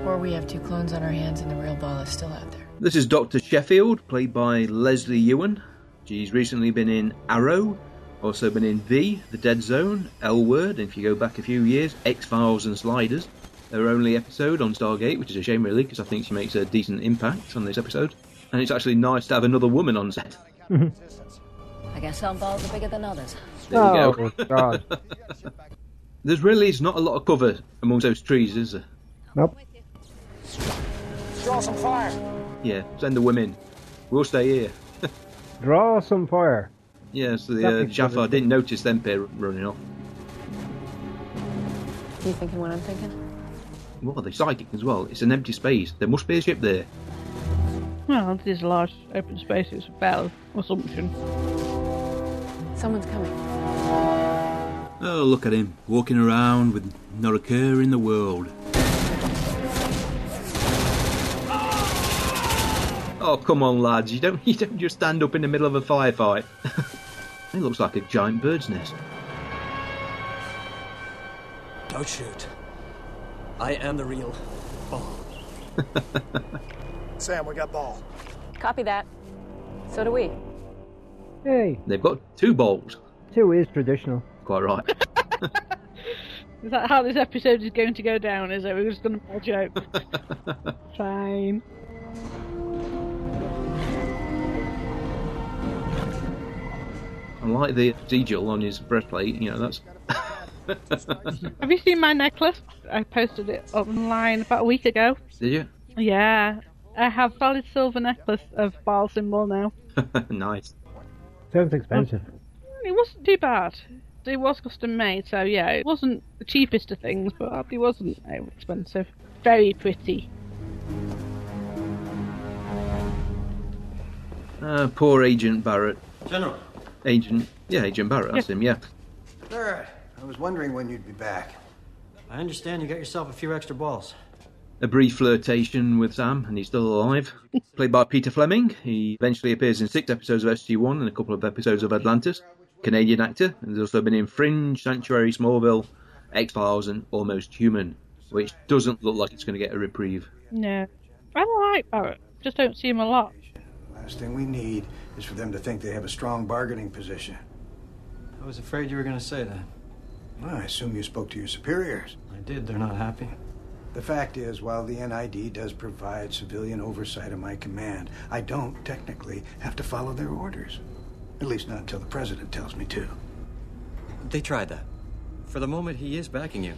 [SPEAKER 20] Or we have two clones on our hands and the real ball is still out there.
[SPEAKER 4] This is Dr. Sheffield, played by Leslie Ewan. She's recently been in Arrow, also been in V, The Dead Zone, L Word, and if you go back a few years, X Files and Sliders. Her only episode on Stargate, which is a shame really, because I think she makes a decent impact on this episode. And it's actually nice to have another woman on set.
[SPEAKER 17] I guess some balls are bigger than others.
[SPEAKER 4] There you go.
[SPEAKER 2] Oh, God.
[SPEAKER 4] There's really is not a lot of cover amongst those trees, is there?
[SPEAKER 10] Draw some fire.
[SPEAKER 4] Yeah, send the women. We'll stay here.
[SPEAKER 2] Draw some fire.
[SPEAKER 4] Yeah, so the uh,
[SPEAKER 2] Nothing
[SPEAKER 4] Jaffa
[SPEAKER 2] further.
[SPEAKER 4] didn't notice them pair running off.
[SPEAKER 20] You thinking what I'm thinking?
[SPEAKER 4] What are they psychic as well? It's an empty space. There must be a ship there.
[SPEAKER 3] Well, there's a large open space. It's a battle assumption.
[SPEAKER 20] Someone's coming.
[SPEAKER 12] Oh, look at him, walking around with not a care in the world.
[SPEAKER 4] Oh come on, lads! You don't you don't just stand up in the middle of a firefight. it looks like a giant bird's nest.
[SPEAKER 8] Don't shoot. I am the real ball.
[SPEAKER 10] Sam, we got ball.
[SPEAKER 5] Copy that. So do we.
[SPEAKER 2] Hey,
[SPEAKER 4] They've got two balls.
[SPEAKER 2] two is traditional.
[SPEAKER 4] Quite right.
[SPEAKER 3] Is that how this episode is going to go down? Is it? We're just going to make a joke. Fine.
[SPEAKER 4] I like the sigil on his breastplate. You know that's.
[SPEAKER 3] Have you seen my necklace? I posted it online about a week ago.
[SPEAKER 4] Did you?
[SPEAKER 3] Yeah, I have solid silver necklace of Baal symbol now.
[SPEAKER 4] nice.
[SPEAKER 2] Sounds expensive.
[SPEAKER 3] It wasn't too bad. It was custom made, so yeah, it wasn't the cheapest of things, but it wasn't uh, expensive. Very pretty.
[SPEAKER 4] Uh, poor Agent Barrett.
[SPEAKER 6] General.
[SPEAKER 4] Agent. Yeah, Agent Barrett. That's him. Yeah.
[SPEAKER 6] Third, I was wondering when you'd be back.
[SPEAKER 22] I understand you got yourself a few extra balls.
[SPEAKER 4] A brief flirtation with Sam, and he's still alive. Played by Peter Fleming, he eventually appears in six episodes of SG1 and a couple of episodes of Atlantis. Canadian actor, and has also been in Fringe, Sanctuary, Smallville, X Files, and Almost Human, which doesn't look like it's going to get a reprieve.
[SPEAKER 3] No, I like Barrett. Just don't see him a lot.
[SPEAKER 6] Last thing we need is for them to think they have a strong bargaining position.
[SPEAKER 22] I was afraid you were going to say that.
[SPEAKER 6] Well, I assume you spoke to your superiors.
[SPEAKER 22] I did. They're not happy.
[SPEAKER 6] The fact is, while the NID does provide civilian oversight of my command, I don't technically have to follow their orders. At least not until the president tells me to.
[SPEAKER 22] They tried that. For the moment, he is backing you.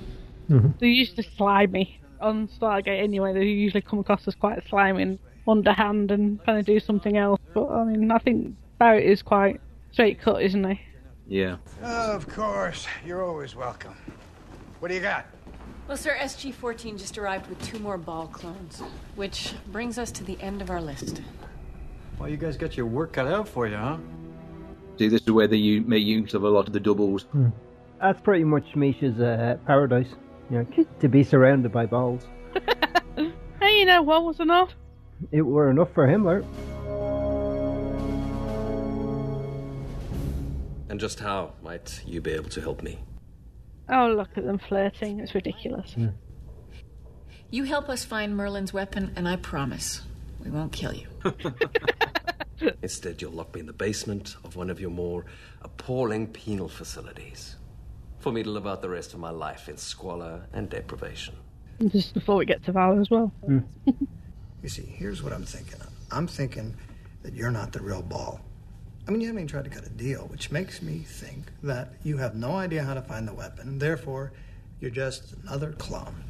[SPEAKER 3] They used to slime me on Stargate anyway. They usually come across as quite slimy and underhand and trying to do something else. But I mean, I think Barrett is quite straight cut, isn't he?
[SPEAKER 4] Yeah.
[SPEAKER 6] Of course, you're always welcome. What do you got?
[SPEAKER 5] Well, sir, SG 14 just arrived with two more ball clones, which brings us to the end of our list.
[SPEAKER 22] Well, you guys got your work cut out for you, huh?
[SPEAKER 4] See, this is where they u- make use of a lot of the doubles.
[SPEAKER 2] That's pretty much Misha's uh, paradise. You know, just to be surrounded by balls.
[SPEAKER 3] Hey, you know, one was enough.
[SPEAKER 2] It were enough for him, Lert.
[SPEAKER 19] And just how might you be able to help me?
[SPEAKER 3] Oh, look at them flirting.
[SPEAKER 19] Mm.
[SPEAKER 3] It's ridiculous.
[SPEAKER 20] You help us find Merlin's weapon, and I promise We won't kill you.
[SPEAKER 19] Instead, you'll lock me in the basement of one of your more appalling penal facilities. For me to live out the rest of my life in squalor and deprivation.
[SPEAKER 3] Just before we get to Valor as well.
[SPEAKER 16] You see, here's what I'm thinking. I'm thinking that you're not the real ball. I mean, you haven't even tried to cut a deal, which makes me think that you have no idea how to find the weapon. Therefore, you're just another clone.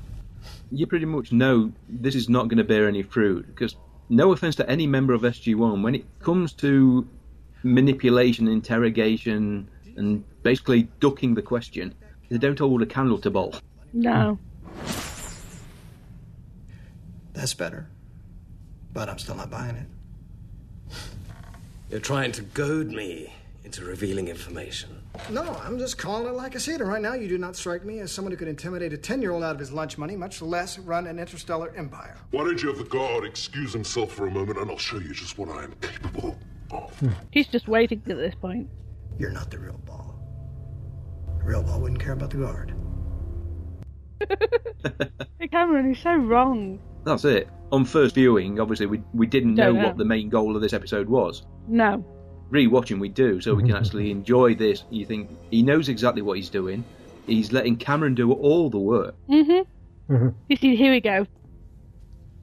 [SPEAKER 4] you pretty much know this is not going to bear any fruit because no offense to any member of SG1 when it comes to manipulation interrogation and basically ducking the question they don't hold a candle to Ball
[SPEAKER 3] No.
[SPEAKER 16] That's better. But I'm still not buying it.
[SPEAKER 19] You're trying to goad me into revealing information.
[SPEAKER 16] No, I'm just calling it like I see it. And right now, you do not strike me as someone who could intimidate a 10 year old out of his lunch money, much less run an interstellar empire.
[SPEAKER 7] Why don't you have the guard excuse himself for a moment and I'll show you just what I am capable
[SPEAKER 19] Mm.
[SPEAKER 3] He's just waiting at this point.
[SPEAKER 16] You're not the real ball. The real ball wouldn't care about the guard.
[SPEAKER 3] Cameron, is so wrong.
[SPEAKER 4] that's it on first viewing obviously we, we didn't know
[SPEAKER 3] Don't know.
[SPEAKER 4] what the main goal of this episode was
[SPEAKER 3] No.
[SPEAKER 4] rewatching we do so we can actually enjoy this you think he knows exactly what he's doing he's letting Cameron do all the work
[SPEAKER 3] Mm-hmm. You see, here we go.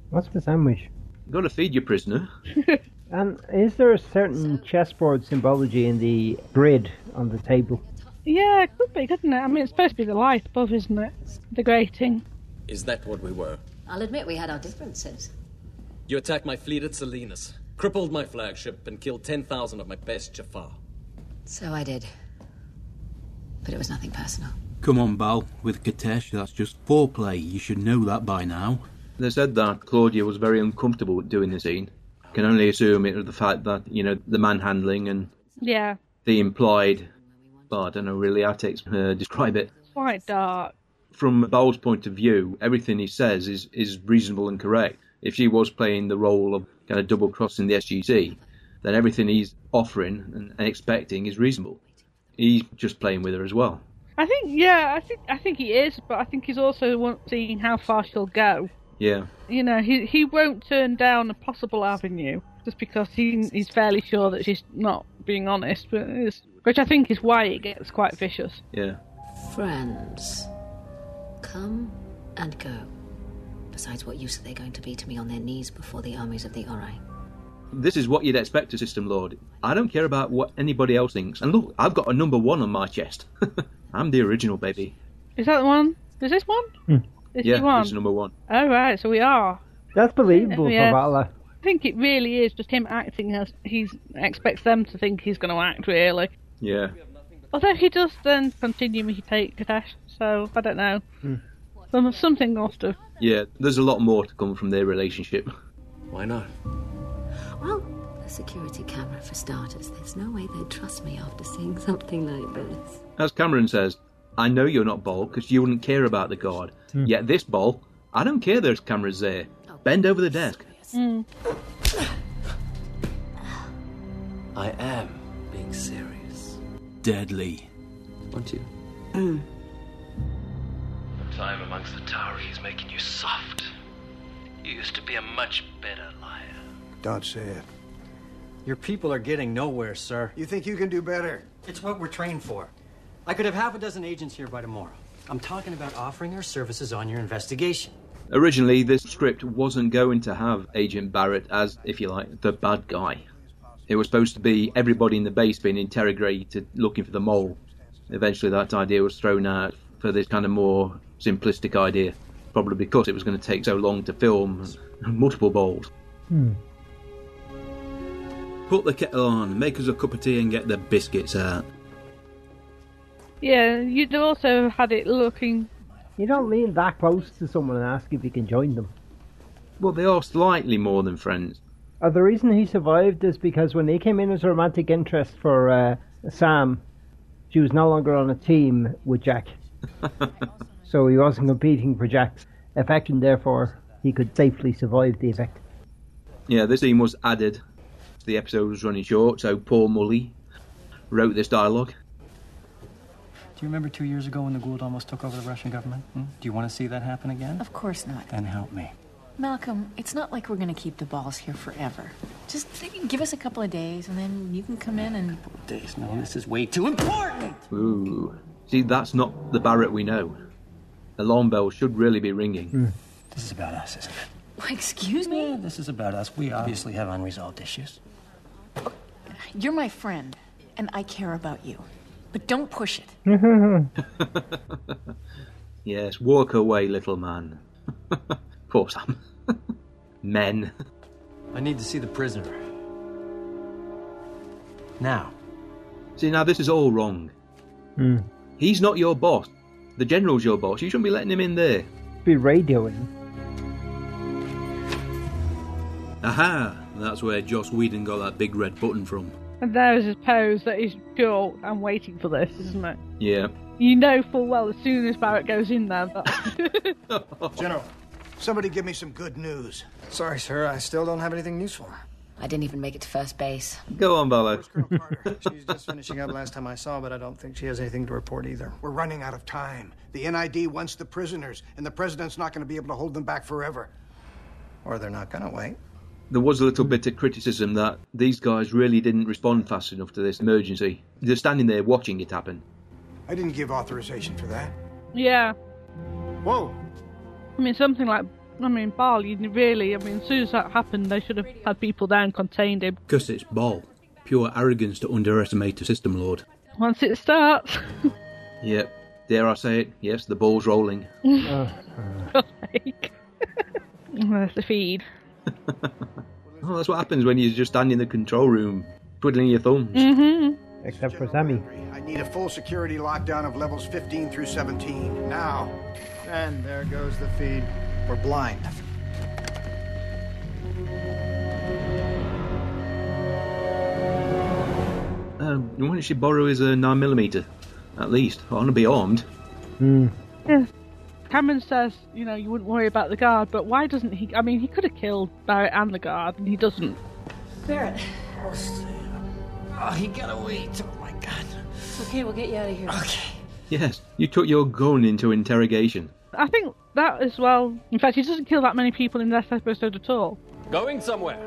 [SPEAKER 2] What's the sandwich?
[SPEAKER 4] gotta feed your prisoner
[SPEAKER 2] And is there a certain chessboard symbology in the grid on the table?
[SPEAKER 3] Yeah, it could be, couldn't it? I mean, it's supposed to be the light above, isn't it? The grating.
[SPEAKER 19] Is that what we were?
[SPEAKER 17] I'll admit we had our differences.
[SPEAKER 19] You attacked my fleet at Salinas, crippled my flagship, and killed 10,000 of my best Jafar.
[SPEAKER 17] So I did. But it was nothing personal.
[SPEAKER 12] Come on, Bal, with Katesh, that's just foreplay. You should know that by now.
[SPEAKER 4] They said that Claudia was very uncomfortable doing the scene. Can only assume it was the fact that you know the manhandling and
[SPEAKER 3] Yeah,
[SPEAKER 4] the implied. Well, I don't know really how to uh, describe it.
[SPEAKER 3] quite dark.
[SPEAKER 4] From Bowles' point of view, everything he says is is reasonable and correct. If she was playing the role of kind of double crossing the SGC, then everything he's offering and, and expecting is reasonable. He's just playing with her as well.
[SPEAKER 3] I think, yeah, I think, I think he is, but I think he's also want- seeing how far she'll go.
[SPEAKER 4] Yeah.
[SPEAKER 3] You know, he he won't turn down a possible avenue just because he he's fairly sure that she's not being honest, but it's, which I think is why it gets quite vicious.
[SPEAKER 4] Yeah.
[SPEAKER 17] Friends. Come and go. Besides, what use are they going to be to me on their knees before the armies of the Ori?
[SPEAKER 4] This is what you'd expect a system lord. I don't care about what anybody else thinks. And look, I've got a number one on my chest. I'm the original baby.
[SPEAKER 3] Is that the one? Is this one? Is
[SPEAKER 4] yeah,
[SPEAKER 3] the one?
[SPEAKER 4] it's number one.
[SPEAKER 3] Oh right, so we are.
[SPEAKER 2] That's believable
[SPEAKER 3] Yeah.
[SPEAKER 2] for Valor.
[SPEAKER 3] I think it really is just him acting as he expects them to think he's going to act really.
[SPEAKER 4] Yeah.
[SPEAKER 3] Although he does then continue me take Kadesh, so I don't know.
[SPEAKER 4] Hmm.
[SPEAKER 3] Some, something must have.
[SPEAKER 4] Yeah, there's a lot more to come from their relationship.
[SPEAKER 19] Why not?
[SPEAKER 17] Well, a security camera for starters. There's no way they'd trust me after seeing something like this.
[SPEAKER 4] As Cameron says, I know you're not Bol because you wouldn't care about the guard. Yet this Bol, I don't care there's cameras there. Bend over the desk.
[SPEAKER 19] I am being serious.
[SPEAKER 12] Deadly.
[SPEAKER 19] Aren't you?
[SPEAKER 9] Time amongst the Tauri is making you soft. You used to be a much better liar.
[SPEAKER 6] Don't say it.
[SPEAKER 22] Your people are getting nowhere, sir.
[SPEAKER 6] You think you can do better?
[SPEAKER 22] It's what we're trained for. I could have half a dozen agents here by tomorrow. I'm talking about offering our services on your investigation.
[SPEAKER 4] Originally, this script wasn't going to have Agent Barrett as, if you like, the bad guy. It was supposed to be everybody in the base being interrogated looking for the mole. Eventually, that idea was thrown out for this kind of more simplistic idea, probably because it was going to take so long to film multiple bowls.
[SPEAKER 12] Put the kettle on, make us a cup of tea, and get the biscuits out.
[SPEAKER 3] Yeah, you'd also had it looking.
[SPEAKER 2] You don't lean that close to someone and ask if you can join them.
[SPEAKER 4] Well, they are slightly more than friends.
[SPEAKER 2] Uh, the reason he survived is because when he came in as a romantic interest for uh, Sam, she was no longer on a team with Jack. so he wasn't competing for Jack's affection, therefore, he could safely survive the effect.
[SPEAKER 4] Yeah, this scene was added. The episode was running short, so Paul Mully wrote this dialogue.
[SPEAKER 8] Do you remember two years ago when the Gould almost took over the Russian government? hmm? Do you want to see that happen again?
[SPEAKER 18] Of course not.
[SPEAKER 8] Then help me.
[SPEAKER 5] Malcolm, it's not like we're going to keep the balls here forever. Just think, give us a couple of days, and then you can come in and.
[SPEAKER 22] Days, no, this is way too important!
[SPEAKER 4] Ooh. See, that's not the Barrett we know. Alarm bells should really be ringing.
[SPEAKER 22] This is about us, isn't it?
[SPEAKER 5] Excuse me?
[SPEAKER 22] This is about us. We obviously have unresolved issues.
[SPEAKER 5] You're my friend, and I care about you. But don't push it.
[SPEAKER 4] Yes, walk away, little man. Poor Sam. Men.
[SPEAKER 22] I need to see the prisoner. Now.
[SPEAKER 4] See, now this is all wrong. He's not your boss. The general's your boss. You shouldn't be letting him in there.
[SPEAKER 2] Be radioing.
[SPEAKER 12] Aha! That's where Joss Whedon got that big red button from.
[SPEAKER 3] And there's his pose that is sure I'm waiting for this, isn't it?
[SPEAKER 4] Yeah.
[SPEAKER 3] You know full well as soon as Barrett goes in there, that
[SPEAKER 15] General, somebody give me some good news.
[SPEAKER 16] Sorry, sir. I still don't have anything useful.
[SPEAKER 18] I didn't even make it to first base.
[SPEAKER 4] Go on, Barlow.
[SPEAKER 16] She's just finishing up last time I saw, but I don't think she has anything to report either.
[SPEAKER 6] We're running out of time. The NID wants the prisoners, and the president's not going to be able to hold them back forever.
[SPEAKER 16] Or they're not going to wait.
[SPEAKER 4] There was a little bit of criticism that these guys really didn't respond fast enough to this emergency. They're standing there watching it happen.
[SPEAKER 6] I didn't give authorization for that.
[SPEAKER 3] Yeah.
[SPEAKER 6] Whoa.
[SPEAKER 3] I mean, something like, I mean, Ball, you really, I mean, as soon as that happened, they should have had people there and contained him.
[SPEAKER 12] Because it's Ball. Pure arrogance to underestimate a system lord.
[SPEAKER 3] Once it starts.
[SPEAKER 4] Yep. Dare I say it? Yes, the ball's rolling.
[SPEAKER 3] Like- There's the feed.
[SPEAKER 4] Oh, that's what happens when you just stand in the control room, twiddling your thumbs.
[SPEAKER 3] Mm-hmm.
[SPEAKER 2] Except for Sammy.
[SPEAKER 6] I need a full security lockdown of levels 15 through 17. Now.
[SPEAKER 16] And there goes the feed. We're blind.
[SPEAKER 4] Um, why don't you borrow his uh, 9mm? At least. I want to be armed.
[SPEAKER 3] Yes. Cameron says, you know, you wouldn't worry about the guard, but why doesn't he? I mean, he could have killed Barrett and the guard, and he doesn't.
[SPEAKER 5] Barrett.
[SPEAKER 11] Oh, he got away. Oh my god.
[SPEAKER 5] It's okay, we'll get you out of here. Okay.
[SPEAKER 4] Yes, you took your gun into interrogation.
[SPEAKER 3] I think that as well. In fact, he doesn't kill that many people in this episode at all.
[SPEAKER 19] Going somewhere.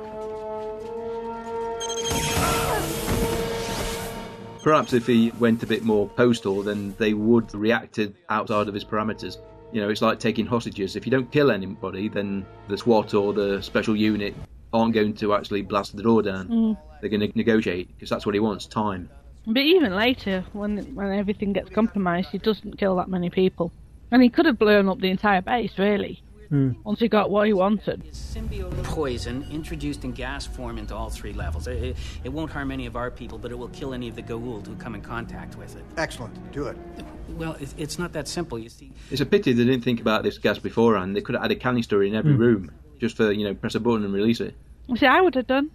[SPEAKER 4] Perhaps if he went a bit more postal, then they would react to outside of his parameters. You know, it's like taking hostages. If you don't kill anybody, then the SWAT or the special unit aren't going to actually blast the door down.
[SPEAKER 3] Mm.
[SPEAKER 4] They're going to negotiate because that's what he wants time.
[SPEAKER 3] But even later, when when everything gets compromised, he doesn't kill that many people, and he could have blown up the entire base really. Once he got what he wanted.
[SPEAKER 13] Poison introduced in gas form into all three levels. It, it- it won't harm any of our people, but it will kill any of the Goa'uld who come in contact with it.
[SPEAKER 6] Excellent. Do it.
[SPEAKER 13] Well, it, it's not that simple. You see,
[SPEAKER 4] It's a pity they didn't think about this gas beforehand. They could have had a canister in every room just for, you know, press a button and release it.
[SPEAKER 3] See, I would have done.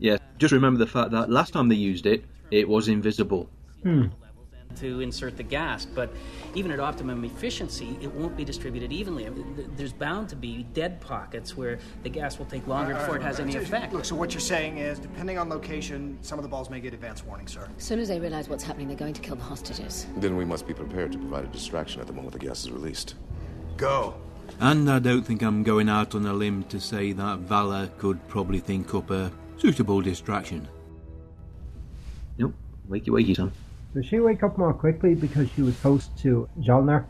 [SPEAKER 4] Yeah, just remember the fact that last time they used it, it was invisible.
[SPEAKER 13] to insert the gas, but even at optimum efficiency, it won't be distributed evenly. I mean, th- There's bound to be dead pockets where the gas will take longer before it has any effect.
[SPEAKER 16] Look, so what you're saying is, depending on location, some of the balls may get advance warning, sir.
[SPEAKER 17] As soon as they realize what's happening, they're going to kill the hostages.
[SPEAKER 14] Then we must be prepared to provide a distraction at the moment the gas is released.
[SPEAKER 6] Go.
[SPEAKER 12] And I don't think I'm going out on a limb to say that Valor could probably think up a suitable distraction.
[SPEAKER 4] Nope. Wakey wakey, son.
[SPEAKER 2] Did she wake up more quickly because she was close to Jolner?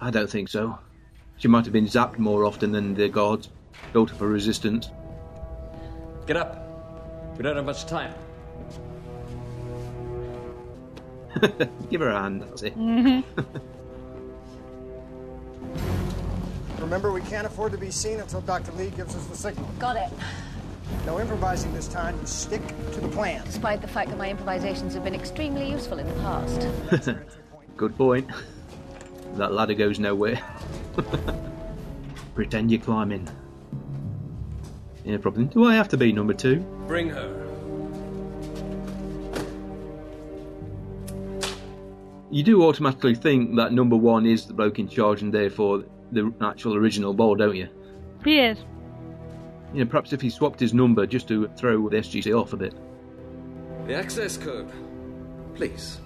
[SPEAKER 4] I don't think so. She might have been zapped more often than the guards, built up a resistance.
[SPEAKER 19] Get up. We don't have much time.
[SPEAKER 4] Give her a hand, that's it.
[SPEAKER 16] Remember, we can't afford to be seen until Dr. Lee gives us the signal.
[SPEAKER 18] Got it.
[SPEAKER 16] No improvising this time. You stick to the plan.
[SPEAKER 18] Despite the fact that my improvisations have been extremely useful in the past.
[SPEAKER 4] Good point. That ladder goes nowhere. Pretend you're climbing. Yeah, problem. Do I have to be number two?
[SPEAKER 19] Bring her.
[SPEAKER 4] You do automatically think that number one is the bloke in charge and therefore the actual original ball, don't you?
[SPEAKER 3] He is.
[SPEAKER 4] You know, perhaps if he swapped his number just to throw the SGC off a bit.
[SPEAKER 19] The access code. Please.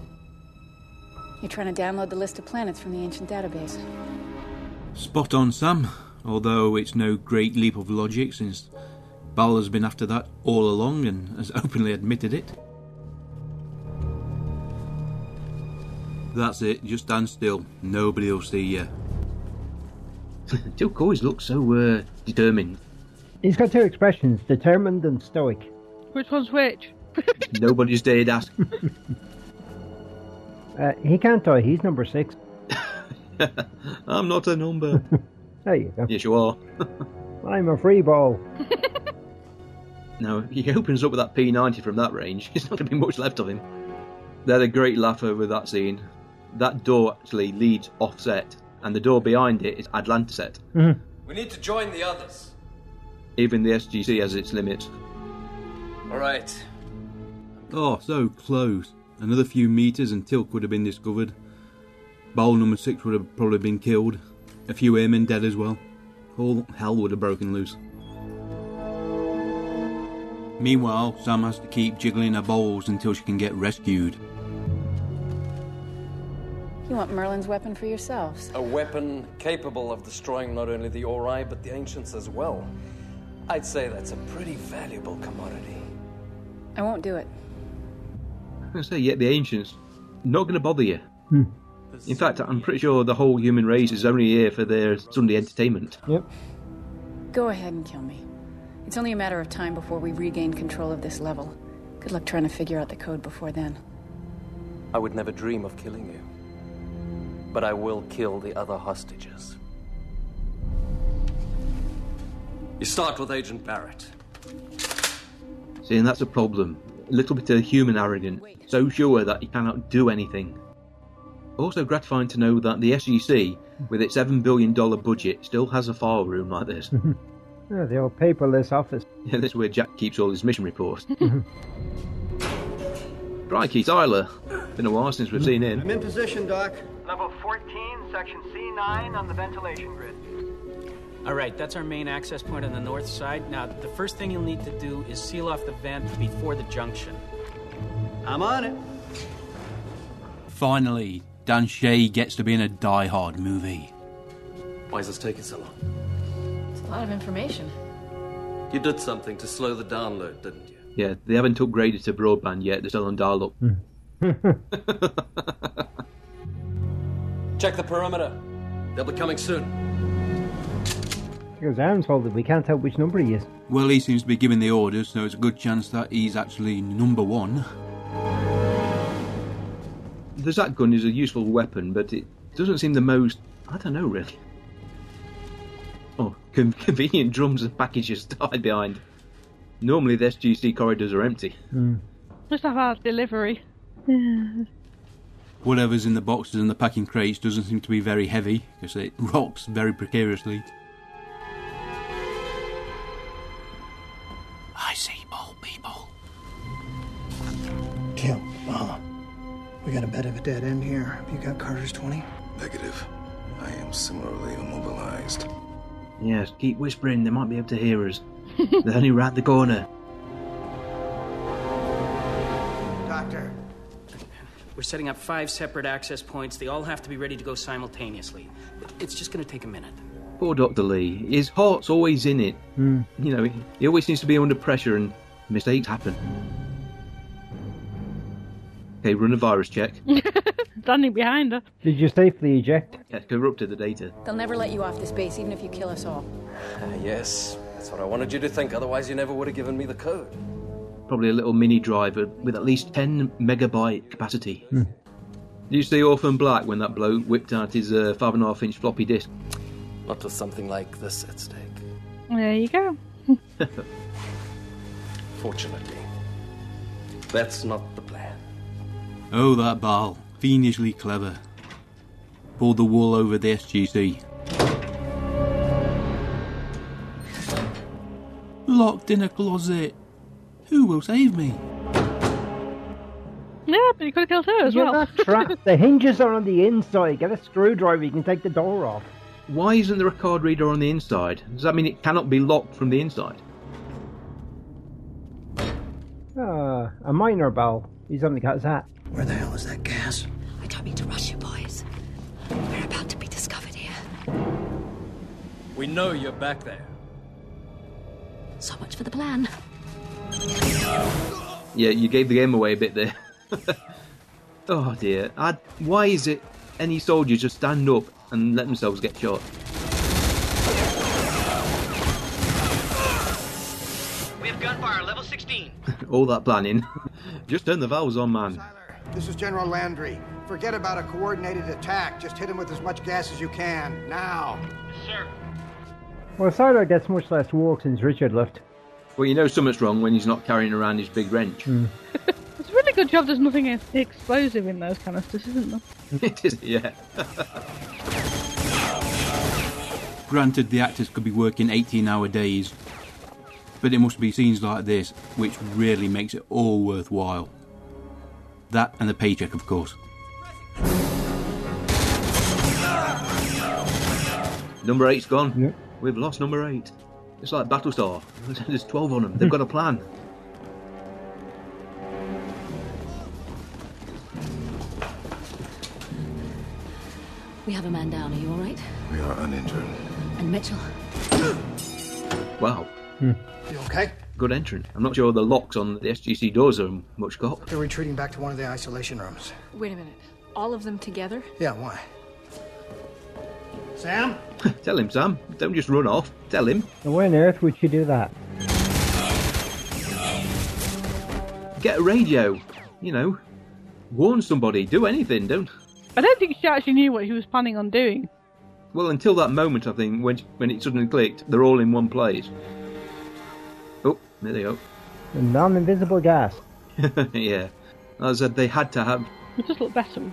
[SPEAKER 5] You're trying to download the list of planets from the ancient database.
[SPEAKER 12] Spot on, Sam.
[SPEAKER 23] although it's no great leap of logic since Bal has been after that all along and has openly admitted it. That's it, just stand still. Nobody will see you.
[SPEAKER 4] Duke always looks so uh, determined.
[SPEAKER 2] He's got two expressions determined and stoic.
[SPEAKER 3] Which one's which?
[SPEAKER 4] Nobody's dared ask.
[SPEAKER 2] Uh, he can't die, he's number six.
[SPEAKER 4] I'm not a number.
[SPEAKER 2] There you go.
[SPEAKER 4] yes, you are.
[SPEAKER 2] I'm a free ball.
[SPEAKER 4] No, he opens up with that P90 from that range. There's not going to be much left of him. They had a great laugh over that scene. That door actually leads offset, and the door behind it is Atlanta set.
[SPEAKER 19] We need to join the others.
[SPEAKER 4] Even the SGC has its limits.
[SPEAKER 19] All right.
[SPEAKER 23] Oh, so close. Another few metres and Tilk would have been discovered. Bowl number six would have probably been killed. A few airmen dead as well. All hell would have broken loose. Meanwhile, Sam has to keep jiggling her bowls until she can get rescued.
[SPEAKER 24] You want Merlin's weapon for yourselves.
[SPEAKER 19] A weapon capable of destroying not only the Ori, but the ancients as well. I'd say that's a pretty valuable commodity.
[SPEAKER 24] I won't do it.
[SPEAKER 4] I say, yet the ancients not going to bother you. In fact, I'm pretty sure the whole human race is only here for their Sunday entertainment.
[SPEAKER 2] Yep.
[SPEAKER 24] Go ahead and kill me. It's only a matter of time before we regain control of this level. Good luck trying to figure out the code before then.
[SPEAKER 19] I would never dream of killing you. But I will kill the other hostages. You start with Agent Barrett.
[SPEAKER 4] See, and that's a problem. A little bit of human arrogance, so sure that he cannot do anything. Also gratifying to know that the SEC, with its $7 billion budget, still has a file room like this.
[SPEAKER 2] Yeah, Ah, the old paperless office.
[SPEAKER 4] Yeah, that's where Jack keeps all his mission reports. Crikey, Tyler. Been a while since we've seen him.
[SPEAKER 25] I'm in position, Doc.
[SPEAKER 22] Level 14, section C9 on the ventilation grid.
[SPEAKER 13] All right, that's our main access point on the north side. Now, Uh, the first thing you'll need to do is seal off the vent before the junction.
[SPEAKER 25] I'm on it.
[SPEAKER 23] Finally, Dan Shay gets to be in a Die Hard movie.
[SPEAKER 19] Why is this taking so long?
[SPEAKER 24] It's a lot of information.
[SPEAKER 19] You did something to slow the download, didn't you?
[SPEAKER 4] Yeah, they haven't upgraded to broadband yet. They're still on dial up.
[SPEAKER 19] Check the perimeter. They'll be coming soon.
[SPEAKER 2] Because Aaron's folded, we can't tell which number he is.
[SPEAKER 23] Well, he seems to be giving the orders, so it's a good chance that he's actually number one.
[SPEAKER 4] The Zat gun is a useful weapon, but it doesn't seem the most. I don't know, really. Oh, con- convenient drums and packages tied behind. Normally, the SGC corridors are empty.
[SPEAKER 3] Must have had delivery.
[SPEAKER 23] Whatever's in the boxes and the packing crates doesn't seem to be very heavy, because it rocks very precariously. I see bald people.
[SPEAKER 16] Tim, Mama, we got a bit of a dead end here. Have You got Carter's 20?
[SPEAKER 14] Negative. I am similarly immobilized.
[SPEAKER 4] Yes, keep whispering, they might be able to hear us. They're only round the corner.
[SPEAKER 13] Doctor. We're setting up five separate access points. They all have to be ready to go simultaneously. It's just going to take a minute.
[SPEAKER 4] Poor Dr. Lee. His heart's always in it. You know, he- he always seems to be under pressure and mistakes happen. Okay, run a virus check.
[SPEAKER 3] Standing behind her.
[SPEAKER 2] Did you safely eject?
[SPEAKER 4] Yeah, corrupted the data.
[SPEAKER 24] They'll never let you off this base, even if you kill us all.
[SPEAKER 19] Ah, yes, that's what I wanted you to think, otherwise, you never would have given me the code.
[SPEAKER 4] Probably a little mini driver with at least 10 megabyte capacity.
[SPEAKER 23] Hmm.
[SPEAKER 4] Did you see Orphan Black when that bloke whipped out his uh, 5.5 inch floppy disk?
[SPEAKER 19] Not with something like this at stake.
[SPEAKER 3] There you go.
[SPEAKER 19] Fortunately, that's not the plan.
[SPEAKER 23] Oh, that Baal. Fiendishly clever. Pulled the wool over the SGC. Locked in a closet. Who will save me?
[SPEAKER 3] Yeah, but you could have killed her as
[SPEAKER 2] You're
[SPEAKER 3] well.
[SPEAKER 2] not trapped. the hinges are on the inside. Get a screwdriver, you can take the door off.
[SPEAKER 4] Why isn't there a card reader on the inside? Does that mean it cannot be locked from the inside?
[SPEAKER 2] Ah, a minor bell. He's only got that.
[SPEAKER 16] Where the hell is that gas?
[SPEAKER 26] I don't mean to rush you, boys. We're about to be discovered here.
[SPEAKER 19] We know you're back there.
[SPEAKER 17] So much for the plan.
[SPEAKER 4] Yeah, you gave the game away a bit there. oh dear. I, why is it any soldiers just stand up and let themselves get shot?
[SPEAKER 1] We have gunfire, level 16.
[SPEAKER 4] All that planning. just turn the valves on, man.
[SPEAKER 15] This is General Landry. Forget about a coordinated attack. Just hit him with as much gas as you can. Now.
[SPEAKER 1] Sir.
[SPEAKER 2] Well, Silo gets much less war since Richard left.
[SPEAKER 4] Well, you know something's wrong when he's not carrying around his big wrench.
[SPEAKER 12] Hmm.
[SPEAKER 3] It's a really good job there's nothing ex- explosive in those canisters, isn't there?
[SPEAKER 4] it is, yeah.
[SPEAKER 12] Granted, the actors could be working 18 hour days, but it must be scenes like this which really makes it all worthwhile. That and the paycheck, of course.
[SPEAKER 4] Number eight's gone. We've lost number eight. It's like Battlestar. There's 12 on them. They've got a plan.
[SPEAKER 17] We have a man down. Are you all right?
[SPEAKER 14] We are uninjured.
[SPEAKER 17] And Mitchell,
[SPEAKER 4] Wow.
[SPEAKER 16] You okay?
[SPEAKER 4] Good entrant. I'm not sure the locks on the SGC doors are much cop.
[SPEAKER 16] They're retreating back to one of the isolation rooms.
[SPEAKER 5] Wait a minute. All of them together?
[SPEAKER 16] Yeah, why? Sam?
[SPEAKER 4] Tell him, Sam. Don't just run off. Tell him.
[SPEAKER 2] Why on earth would she do that?
[SPEAKER 4] Get a radio. You know, warn somebody. Do anything. Don't.
[SPEAKER 3] I don't think she actually knew what he was planning on doing.
[SPEAKER 4] Well, until that moment, I think, when when it suddenly clicked, they're all in one place. Oh, there they go.
[SPEAKER 2] The non invisible gas.
[SPEAKER 4] yeah. As I said, they had to have.
[SPEAKER 3] It just looked better.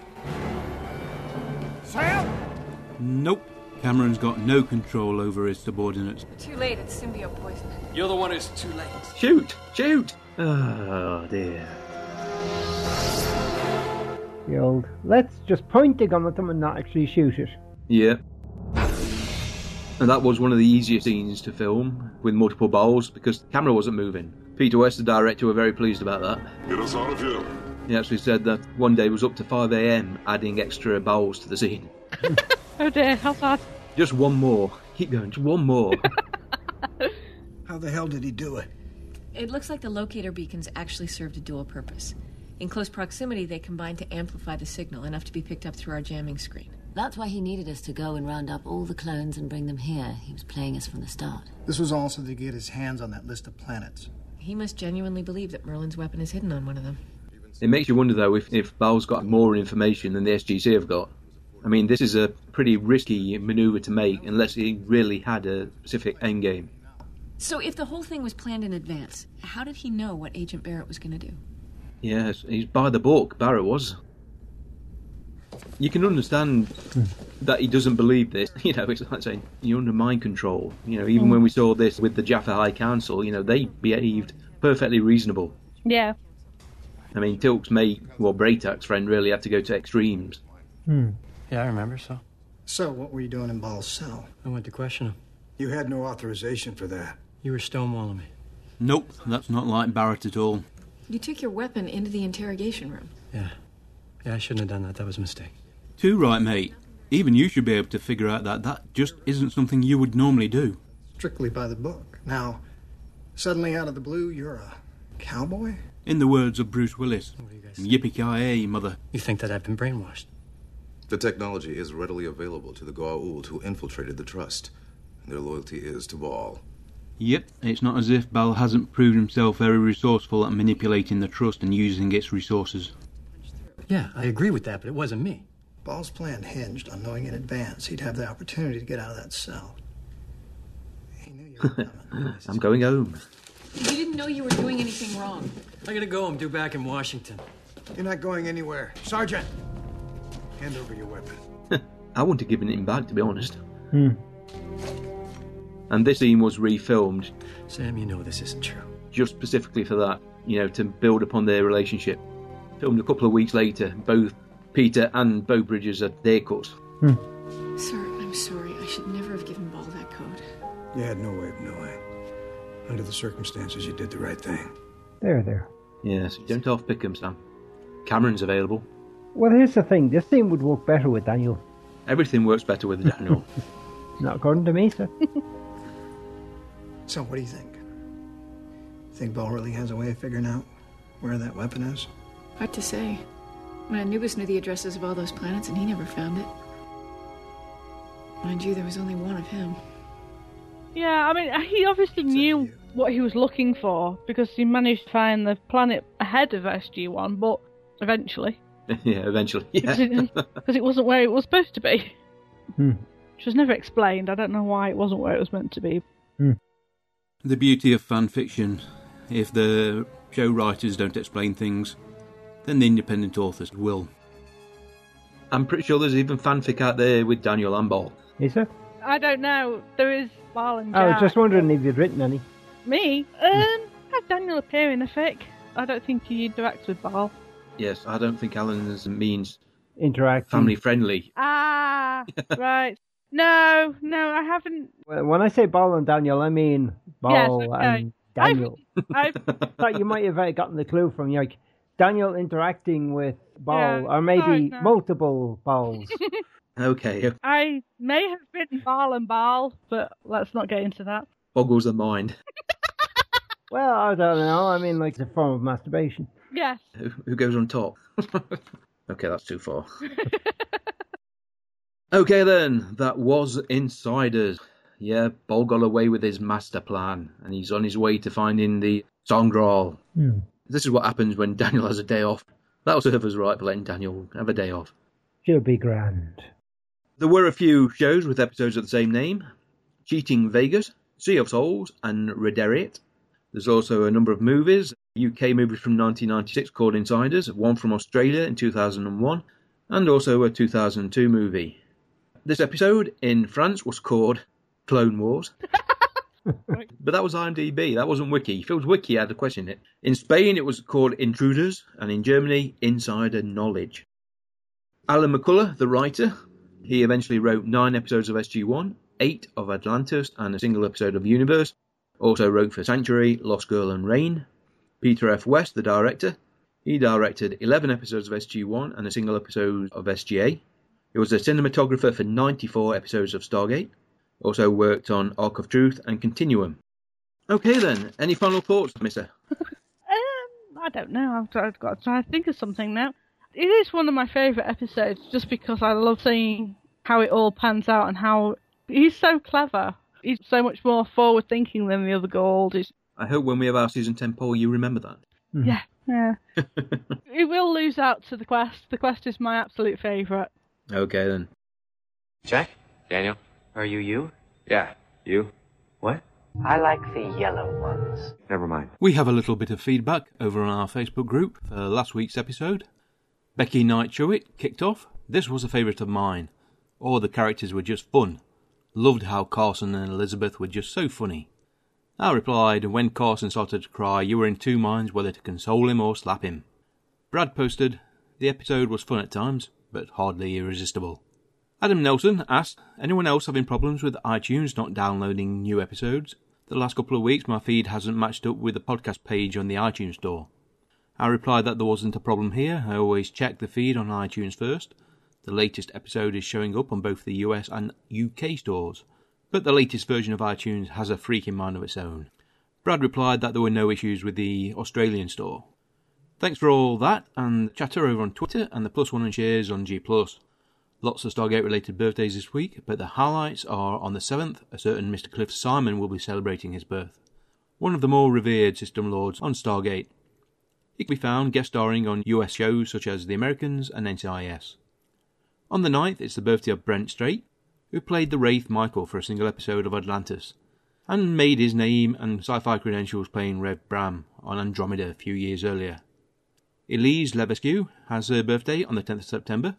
[SPEAKER 12] Nope. Cameron's got no control over his subordinates.
[SPEAKER 10] Too late, it's symbiote poison.
[SPEAKER 19] You're the one who's too late.
[SPEAKER 4] Shoot! Shoot! Oh, dear.
[SPEAKER 2] The old, let's just point the gun at them and not actually shoot it.
[SPEAKER 4] Yeah. And that was one of the easier scenes to film with multiple bowls because the camera wasn't moving. Peter West, the director, were very pleased about that.
[SPEAKER 7] It is out of here.
[SPEAKER 4] He actually said that one day was up to 5 a.m. adding extra bowls to the scene.
[SPEAKER 3] Oh dear, how sad.
[SPEAKER 4] Just one more. Keep going. Just one more.
[SPEAKER 6] How the hell did he do it?
[SPEAKER 24] It looks like the locator beacons actually served a dual purpose. In close proximity, they combined to amplify the signal enough to be picked up through our jamming screen.
[SPEAKER 17] that's why he needed us to go and round up all the clones and bring them here. He was playing us from the start.
[SPEAKER 16] This was also to get his hands on that list of planets.
[SPEAKER 24] He must genuinely believe that Merlin's weapon is hidden on one of them.
[SPEAKER 4] It makes you wonder though if, if Bowles got more information than the SGC have got. I mean, this is a pretty risky maneuver to make unless he really had a specific end game.
[SPEAKER 24] So, if the whole thing was planned in advance, how did he know what Agent Barrett was going to do?
[SPEAKER 4] Yes, he's by the book. Barrett was. You can understand that he doesn't believe this. You know, it's like saying you're under mind control. You know, even
[SPEAKER 3] Mm.
[SPEAKER 4] when we saw this with the Jaffa High Council, you know, they behaved perfectly reasonable.
[SPEAKER 3] Yeah.
[SPEAKER 4] I mean, Tilk's mate, well, Braytak's friend, really had to go to extremes.
[SPEAKER 22] Yeah, I remember so.
[SPEAKER 16] So, what were you doing in Ball's cell?
[SPEAKER 15] I went to question him. You had no authorization for that. You were stonewalling me.
[SPEAKER 12] Nope, that's not like Barrett at all.
[SPEAKER 24] You took your weapon into the interrogation room.
[SPEAKER 15] Yeah. Yeah, I shouldn't have done that. That was a mistake.
[SPEAKER 12] Too right, mate. Even you should be able to figure out that that just isn't something you would normally do.
[SPEAKER 16] Strictly by the book. Now, suddenly out of the blue, you're a cowboy?
[SPEAKER 12] In the words of Bruce Willis, yippee ki mother. You think that I've been brainwashed?
[SPEAKER 14] The technology is readily available to the Goa'uld who infiltrated the Trust. And their loyalty is to Baal.
[SPEAKER 12] Yep, it's not as if Bal hasn't proved himself very resourceful at manipulating the trust and using its resources.
[SPEAKER 16] Yeah, I agree with that, but it wasn't me. Ball's plan hinged on knowing in advance he'd have the opportunity to get out of that cell.
[SPEAKER 4] I'm going home.
[SPEAKER 24] You didn't know you were doing anything wrong.
[SPEAKER 15] I gotta go. I'm due back in Washington. You're not going anywhere. Sergeant! Hand over your weapon.
[SPEAKER 4] I wouldn't have given him back, to be honest. And this scene was refilmed.
[SPEAKER 15] Sam, you know this isn't true.
[SPEAKER 4] Just specifically for that, you know, to build upon their relationship. Filmed a couple of weeks later, both Peter and Bo Bridges at their course.
[SPEAKER 24] Sir, I'm sorry. I should never have given Ball that code.
[SPEAKER 6] You had no way of knowing. Under the circumstances, you did the right thing.
[SPEAKER 2] There, there.
[SPEAKER 4] Yes, don't half pick 'em, Sam. Cameron's available.
[SPEAKER 2] Well, here's the thing this scene would work better with Daniel.
[SPEAKER 4] Everything works better with Daniel.
[SPEAKER 2] Not according to me, sir.
[SPEAKER 16] So, what do you think? Think Ball really has a way of figuring out where that weapon is?
[SPEAKER 24] Hard to say. My Anubis knew the addresses of all those planets and he never found it. Mind you, there was only one of him.
[SPEAKER 3] Yeah, I mean, he obviously knew what he was looking for because he managed to find the planet ahead of SG1, but eventually.
[SPEAKER 27] yeah, eventually.
[SPEAKER 3] Because
[SPEAKER 27] Yeah.
[SPEAKER 3] it, 'cause it wasn't where it was supposed to be.
[SPEAKER 2] Hmm.
[SPEAKER 3] Which was never explained. I don't know why it wasn't where it was meant to be.
[SPEAKER 4] The beauty of fan fiction. If the show writers don't explain things, then the independent authors will.
[SPEAKER 27] I'm pretty sure there's even fanfic out there with Daniel Lambal.
[SPEAKER 2] Is there?
[SPEAKER 3] I don't know. There is Ball and
[SPEAKER 2] I was
[SPEAKER 3] Jack.
[SPEAKER 2] Oh, just wondering if you'd written any.
[SPEAKER 3] Me? Um, had Daniel appear in a fic. I don't think he interacts with Ball.
[SPEAKER 27] Yes, I don't think Alan is- means
[SPEAKER 2] Interact.
[SPEAKER 27] family
[SPEAKER 4] Hmm.
[SPEAKER 27] friendly.
[SPEAKER 3] Ah, right. No, no, I haven't.
[SPEAKER 2] When I say Ball and Daniel, I mean Ball
[SPEAKER 3] Yes, okay.
[SPEAKER 2] and Daniel.
[SPEAKER 3] I've,
[SPEAKER 2] thought you might have uh, gotten the clue from like Daniel interacting with Ball,
[SPEAKER 3] Yeah, Oh,
[SPEAKER 2] or maybe
[SPEAKER 3] no, no.
[SPEAKER 2] multiple Balls.
[SPEAKER 27] Okay,
[SPEAKER 3] I may have written Ball and Ball, but let's not get into that.
[SPEAKER 27] boggles the mind.
[SPEAKER 2] well, I don't know. I mean, like the form of masturbation.
[SPEAKER 3] Yes.
[SPEAKER 27] Who, who goes on top? okay, that's too far. okay, then, that was Insiders. Yeah, Bol got away with his master plan, and he's on his way to finding the Sangreal.
[SPEAKER 2] Hmm.
[SPEAKER 27] This is what happens when Daniel has a day off. That'll serve us right for letting Daniel have a day off.
[SPEAKER 2] She'll be grand.
[SPEAKER 27] There were a few shows with episodes of the same name Cheating Vegas, Sea of Souls, and Rederiot. There's also a number of movies, UK movies from 1996 called Insiders, one from Australia in 2001, and also a 2002 movie. This episode in France was called Clone Wars. but that was IMDb, that wasn't Wiki. If it was Wiki, I'd have questioned it. In Spain, it was called Intruders, and in Germany, Insider Knowledge. Alan McCullough, the writer, he eventually wrote nine episodes of SG1, eight of Atlantis, and a single episode of Universe. Also wrote for Sanctuary, Lost Girl, and Rain. Peter F. West, the director, he directed 11 episodes of SG1 and a single episode of SGA. He was a cinematographer for 94 episodes of Stargate. Also worked on Arc of Truth and Continuum. Okay then, any final thoughts, Mister?
[SPEAKER 3] Um, I don't know. I've got, I've got to try to think of something now. It is one of my favourite episodes just because I love seeing how it all pans out and how he's so clever. He's so much more forward thinking than the other Gold. He's,
[SPEAKER 27] I hope when we have our season 10 poll, you remember that.
[SPEAKER 3] Yeah, yeah. he will lose out to the quest. The quest is my absolute favourite.
[SPEAKER 27] Okay then.
[SPEAKER 19] Jack? Daniel?
[SPEAKER 22] Are you you?
[SPEAKER 19] Yeah, you?
[SPEAKER 22] What?
[SPEAKER 19] I like the yellow ones. Never mind.
[SPEAKER 4] We have a little bit of feedback over on our Facebook group for last week's episode. Becky Knight Jewett kicked off. This was a favourite of mine. All the characters were just fun. Loved how Carson and Elizabeth were just so funny. I replied, and when Carson started to cry, you were in two minds whether to console him or slap him. Brad posted, the episode was fun at times, but hardly irresistible. Adam Nelson asked, anyone else having problems with iTunes not downloading new episodes? The last couple of weeks my feed hasn't matched up with the podcast page on the iTunes store. I replied that there wasn't a problem here, I always check the feed on iTunes first. The latest episode is showing up on both the US and UK stores, but the latest version of iTunes has a freaking mind of its own. Brad replied that there were no issues with the Australian store. Thanks for all that and chatter over on Twitter and the plus one and shares on G+. Lots of Stargate related birthdays this week, but the highlights are on the 7th, a certain Mr. Cliff Simon will be celebrating his birth. One of the more revered system lords on Stargate. He can be found guest starring on US shows such as The Americans and NCIS. On the 9th, it's the birthday of Brent Strait, who played the Wraith Michael for a single episode of Atlantis, and made his name and sci fi credentials playing Rev Bram on Andromeda a few years earlier. Elise Levesque has her birthday on the 10th of September.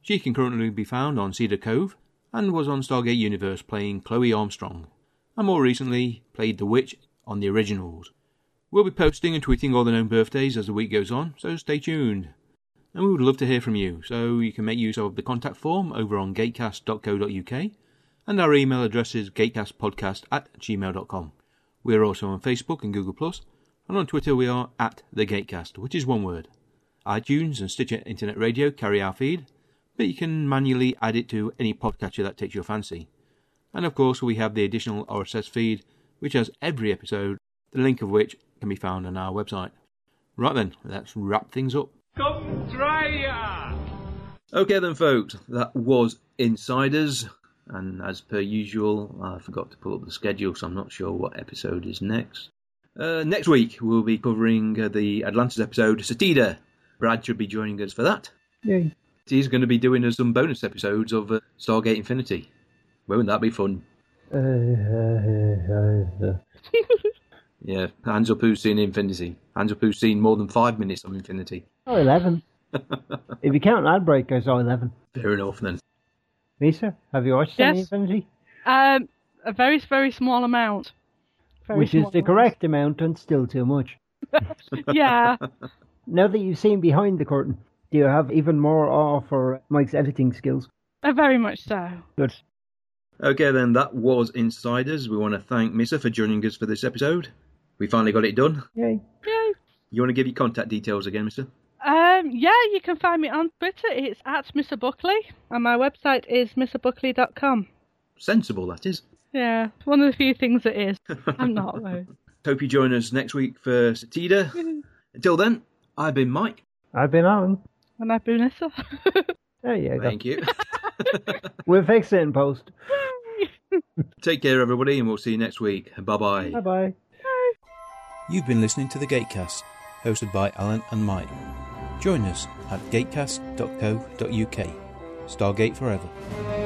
[SPEAKER 4] She can currently be found on Cedar Cove and was on Stargate Universe playing Chloe Armstrong, and more recently played the Witch on the originals. We'll be posting and tweeting all the known birthdays as the week goes on, so stay tuned. And we would love to hear from you, so you can make use of the contact form over on gatecast.co.uk, and our email address is gatecastpodcast at gmail.com. We're also on Facebook and Google Plus, and on Twitter we are at the Gatecast, which is one word. iTunes and Stitcher Internet Radio carry our feed, but you can manually add it to any podcatcher that takes your fancy. And of course, we have the additional RSS feed, which has every episode, the link of which can be found on our website. Right then, let's wrap things up.
[SPEAKER 28] Come try ya!
[SPEAKER 4] Okay then, folks, that was Insiders. And as per usual, I forgot to pull up the schedule, so I'm not sure what episode is next. Uh, next week, we'll be covering uh, the Atlantis episode, Satida. Brad should be joining us for that.
[SPEAKER 2] Yay.
[SPEAKER 4] He's going to be doing us some bonus episodes of uh, Stargate Infinity. Won't that be fun?
[SPEAKER 2] Uh, uh, uh, uh.
[SPEAKER 4] Yeah, hands up who's seen Infinity. Hands up who's seen more than five minutes of Infinity.
[SPEAKER 2] Oh, 11. if you count ad break, I saw 11.
[SPEAKER 4] Fair enough then.
[SPEAKER 2] Lisa, have you watched any
[SPEAKER 3] Yes.
[SPEAKER 2] Infinity?
[SPEAKER 3] Um, a very, very small amount. Very
[SPEAKER 2] Which is
[SPEAKER 3] small
[SPEAKER 2] the
[SPEAKER 3] amount.
[SPEAKER 2] correct amount and still too much.
[SPEAKER 3] yeah.
[SPEAKER 2] Now that you've seen behind the curtain, do you have even more awe for Mike's editing skills?
[SPEAKER 3] Uh, very much so.
[SPEAKER 2] Good.
[SPEAKER 4] Okay, then that was Insiders. We want to thank Missa for joining us for this episode. We finally got it done.
[SPEAKER 2] Yay.
[SPEAKER 3] Yay.
[SPEAKER 4] You want to give your contact details again, Mister?
[SPEAKER 3] Um, yeah, you can find me on Twitter. It's at Mr. Buckley, and my website is mrbuckley.com.
[SPEAKER 4] Sensible, that is.
[SPEAKER 3] Yeah, it's one of the few things it is. I'm not, though.
[SPEAKER 4] Hope you join us next week for Satida. Until then, I've been Mike.
[SPEAKER 2] I've been on.
[SPEAKER 3] And I've been Issa.
[SPEAKER 2] There you go.
[SPEAKER 4] Thank you.
[SPEAKER 2] We'll fix it in post.
[SPEAKER 4] Take care, everybody, and we'll see you next week. Bye bye.
[SPEAKER 2] Bye bye.
[SPEAKER 29] You've been listening to The Gatecast, hosted by Alan and Mike. Join us at gatecast.co.uk. Stargate Forever.